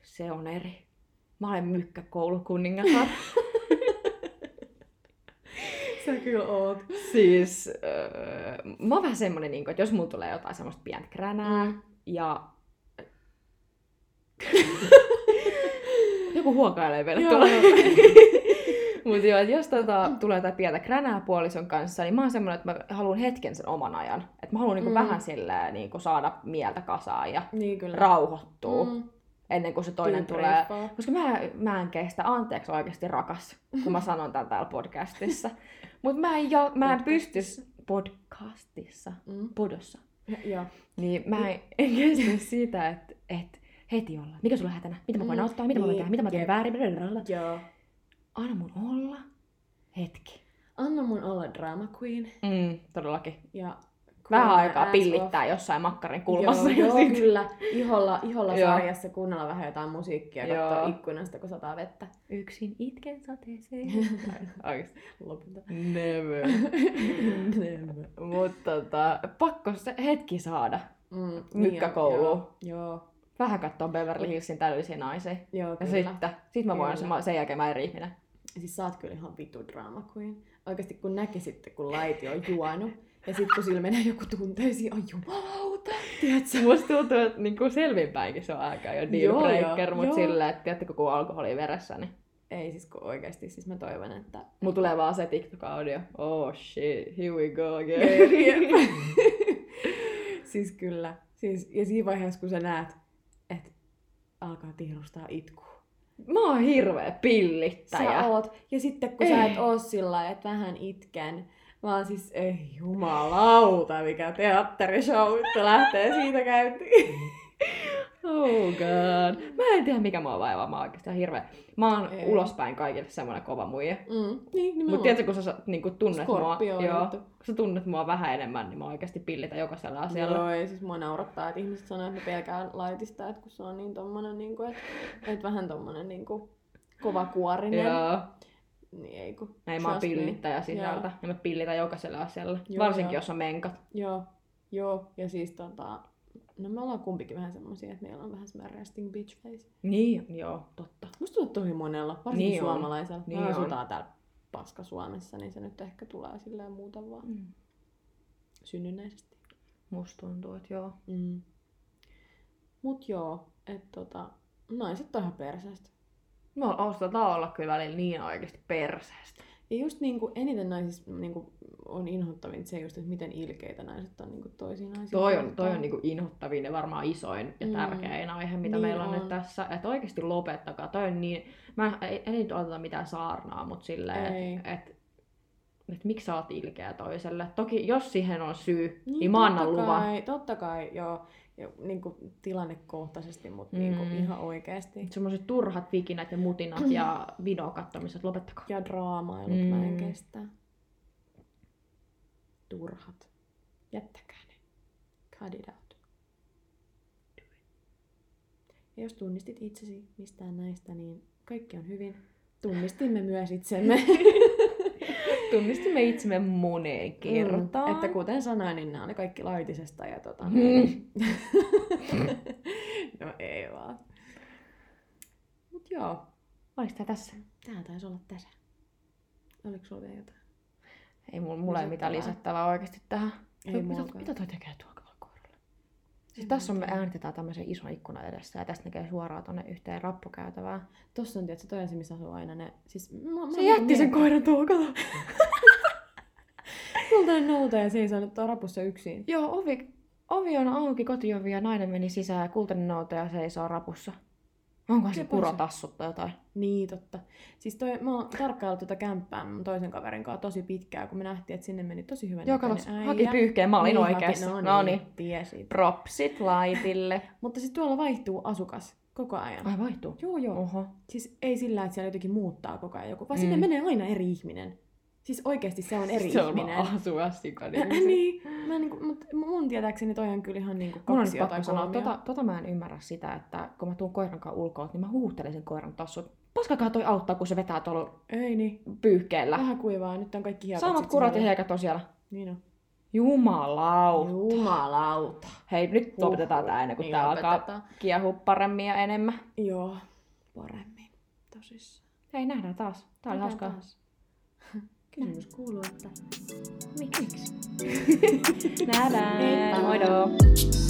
Se on eri. Mä olen *laughs* mykkäkoulukuningatar.
Sä kyllä oot.
siis öö, mä oon vähän semmonen, niin että jos mulla tulee jotain semmoista pientä kränää mm.
Mm.
ja... Joku huokailee vielä *laughs*
Joo.
tuolla. Mutta joo, et jos tota, tulee jotain pientä kränää puolison kanssa, niin mä oon semmoinen, että mä haluan hetken sen oman ajan. Että mä haluan niinku
Mm.
vähän silleen niinku saada mieltä kasaan ja
niin kyllä.
rauhoittua. Mm. ennen kuin se toinen
Deep
tulee.
breathaa.
Koska mä, mä en kestä anteeksi oikeasti rakas, kun
*laughs*
mä sanon tämän täällä podcastissa. Mutta mä en, jo, mä en pystys podcastissa,
Mm.
podossa.
Joo.
Niin mä en,
*laughs*
en kestä sitä, että et heti olla. Mikä sulla on hätänä? Mitä mä voin
Mm,
auttaa? Mitä mä voin
niin,
tehdä? Mitä mä teen
jep.
väärin? Blablabla.
Joo.
Anna mun olla. Hetki.
Anna mun olla drama queen.
Mm, todellakin.
Ja
Vähän
cool my
aikaa
ass off.
pillittää jossain makkarin kulmassa.
Joo,
ja
joo
sit...
kyllä. Iholla, iholla
Joo.
sarjassa kuunnella vähän jotain musiikkia ja katsoa
Joo.
ikkunasta, kun sataa vettä.
Yksin itken sateeseen. Oikeesti.
Lopulta.
*laughs* Never. Mm. Mutta tota, pakko se hetki saada.
mm,
Mykkäkoulu.
Joo, joo,
Vähän katsoa Beverly Hillsin täydellisiä naisia.
joo
Ja
kyllä.
sitten, sit mä voin,
Kyllä.
mä, sen jälkeen mä eri ihminen.
Siis sä oot kyllä ihan vitu drama queen. Oikeasti kun näkisitte, kun laiti on juonut, ja sitten kun sillä menee joku tunteisiin, on jumalauta, tiedätkö?
*laughs* Musta tuntuu, että niinku selvinpäinkin se on aika jo deal
Joo,
breaker,
joo,
mutta
joo.
sillä, että tiedättekö, kun on alkoholi veressä, niin
Ei siis kun oikeasti, siis mä toivon, että...
mulla tulee vaan se TikTok-audio. Oh shit, here we go
Jep, *laughs*
again.
*laughs* jep. siis kyllä. Siis, ja siinä vaiheessa, kun sä näet, että alkaa tiirustaa itkua.
mä oon hirveä pillittäjä.
Sä oot. Ja sitten kun ei. sä
Ei.
et oo sillä lailla, että vähän itken, vaan siis ei jumalauta, mikä teatterishow nyt lähtee siitä käyntiin.
Ai Oh god. Mä en tiedä mikä mua vaivaa, mä oon oikeesti ihan hirveä. Mä oon
Ei.
ulospäin kaikille semmonen kova muija.
Mm, niin,
Mut
nimenomaan.
tiedätkö, kun sä sa- niinku tunnet
Skorpio
mua,
on
joo,
juttu.
kun sä tunnet mua vähän enemmän, niin mä oikeasti pillitä jokaisella asialla.
Joo, ei siis mua naurattaa, että ihmiset sanoo, että ne pelkää laitista, että kun se on niin tommonen, niin kuin, että, että vähän tommonen niin kuin, kovakuorinen,
Joo.
niin ei kun.
Näin mä oon
trust me.
pillittäjä sisältä. Ja mä pillitän jokaisella asialla.
Joo,
Varsinkin,
joo.
jos on menkat.
Joo, joo, ja siis tota, no me ollaan kumpikin vähän semmosia, että meillä on vähän semmoinen resting bitch face.
Niin, joo, totta.
Musta tuntuu, että tosi monella, varsinkin
Niin on.
suomalaisella.
Niin
Niin me
on.
asutaan täällä paska Suomessa, niin se nyt ehkä tulee silleen muuten vaan
Mm.
synnynnäisesti.
Musta tuntuu, että joo.
Mm. Mut joo, että tota, naiset on ihan perseestä.
Me ostetaan olla kyllä välillä niin oikeasti perseestä.
Ja just niinku eniten naisissa niinku on inhottavin se just, että miten ilkeitä naiset on niinku toisiin naisiin.
Toi on, toi
kohtaan.
on niinku inhottavin ja varmaan isoin ja
Mm.
tärkein aihe, mitä
Niin
meillä on,
on.
nyt tässä. Että oikeasti lopettakaa. Toi on niin... Mä ei, ei nyt oteta mitään saarnaa, mutta silleen,
Ei.
että et, et miksi sä oot ilkeä toiselle. Toki jos siihen on syy, niin,
Niin,
niin mä annan
totta
luvan.
Kai, totta kai, joo. Ja, niin kuin, tilannekohtaisesti, mutta
Mm.
mm. niin kuin, ihan oikeasti.
Semmoiset turhat vikinät ja mutinat ja
*clears throat*
videokattomiset, lopettakaa.
Ja draamailut mm. mä en
Mm.
kestä. Turhat. Jättäkää ne. Cut it out. Do it. Ja jos tunnistit itsesi mistään näistä, niin kaikki on hyvin. Tunnistimme myös itsemme.
*laughs* Tunnistimme itsemme moneen kertaan.
Mm, että kuten sanoin, niin nämä oli kaikki laitisesta ja tota...
*laughs* Mm.
no ei vaan. Mut joo,
Oliko tää tässä?
tää taisi olla tässä. Oliko sulla vielä jotain?
Ei mulla, mulla ei mitään
Lisättävää.
lisättävää oikeasti tähän.
Ei
Toi- mitä,
mullakaan.
mitä toi tekee tuolla kohdalla? Siis
En
tässä on,
mä
me
tiedä.
äänitetään tämmöisen ison ikkunan edessä ja tästä näkee suoraan tonne yhteen rappukäytävään.
Tossa on tietysti toi on se, missä asuu aina ne... Siis, mä, mä
Se jätti sen koiran
tuolla, kato. Multa ei nouta ja se ei saanut tuolla rapussa yksin.
*laughs* Joo, ovi, ovi on auki, kotiovi ja nainen meni sisään ja kultainen noutaja seisoo rapussa. Onkohan se
Sepä
kurotassut tai jotain?
Niin, totta. Siis toi, mä oon tarkkaillut tuota kämppää mun toisen kaverin kanssa tosi pitkään, kun me nähtiin, että sinne meni tosi hyvä Niin,
Joo, kato, haki pyyhkeen, mä olin oikeassa.
Haki,
no niin.
Tiesit.
Propsit laitille.
Mutta siis tuolla vaihtuu asukas koko ajan.
Ai vaihtuu.
Joo, joo.
Oho.
Siis ei sillä, että siellä jotenkin muuttaa koko ajan joku, vaan sinne
Mm.
menee aina eri ihminen. Siis oikeasti se on eri ihminen. *laughs*
asua niin.
niin, mä niinku, mut mun tietääkseni toi on kyllä ihan niinku
Mun on
kaksi
nyt pakko
jotain
sanoa,
kolmio.
tota, tota mä en ymmärrä sitä, että kun mä tuun koiran kanssa ulkoa, niin mä huuhtelen sen koiran tassut. Paskakaa toi auttaa, kun se vetää tuolla
Ei niin,
pyyhkeellä.
vähän kuivaa, nyt on kaikki hiekat.
Samat
sit
kurat ja
sinne.
hiekat on siellä.
Niin on.
Jumalauta.
Jumalauta.
Hei, nyt
Huh.
lopetetaan tää ennen kuin
Niin,
tää alkaa
lopetetaan.
kiehua paremmin ja enemmän.
Joo, paremmin. Tosissaan.
Hei, nähdään taas. Tää oli
Nähdään
hauskaa.
taas. Kysymys kuuluu, että
Miksi? *laughs* nähdään.
Heippa.
Moido.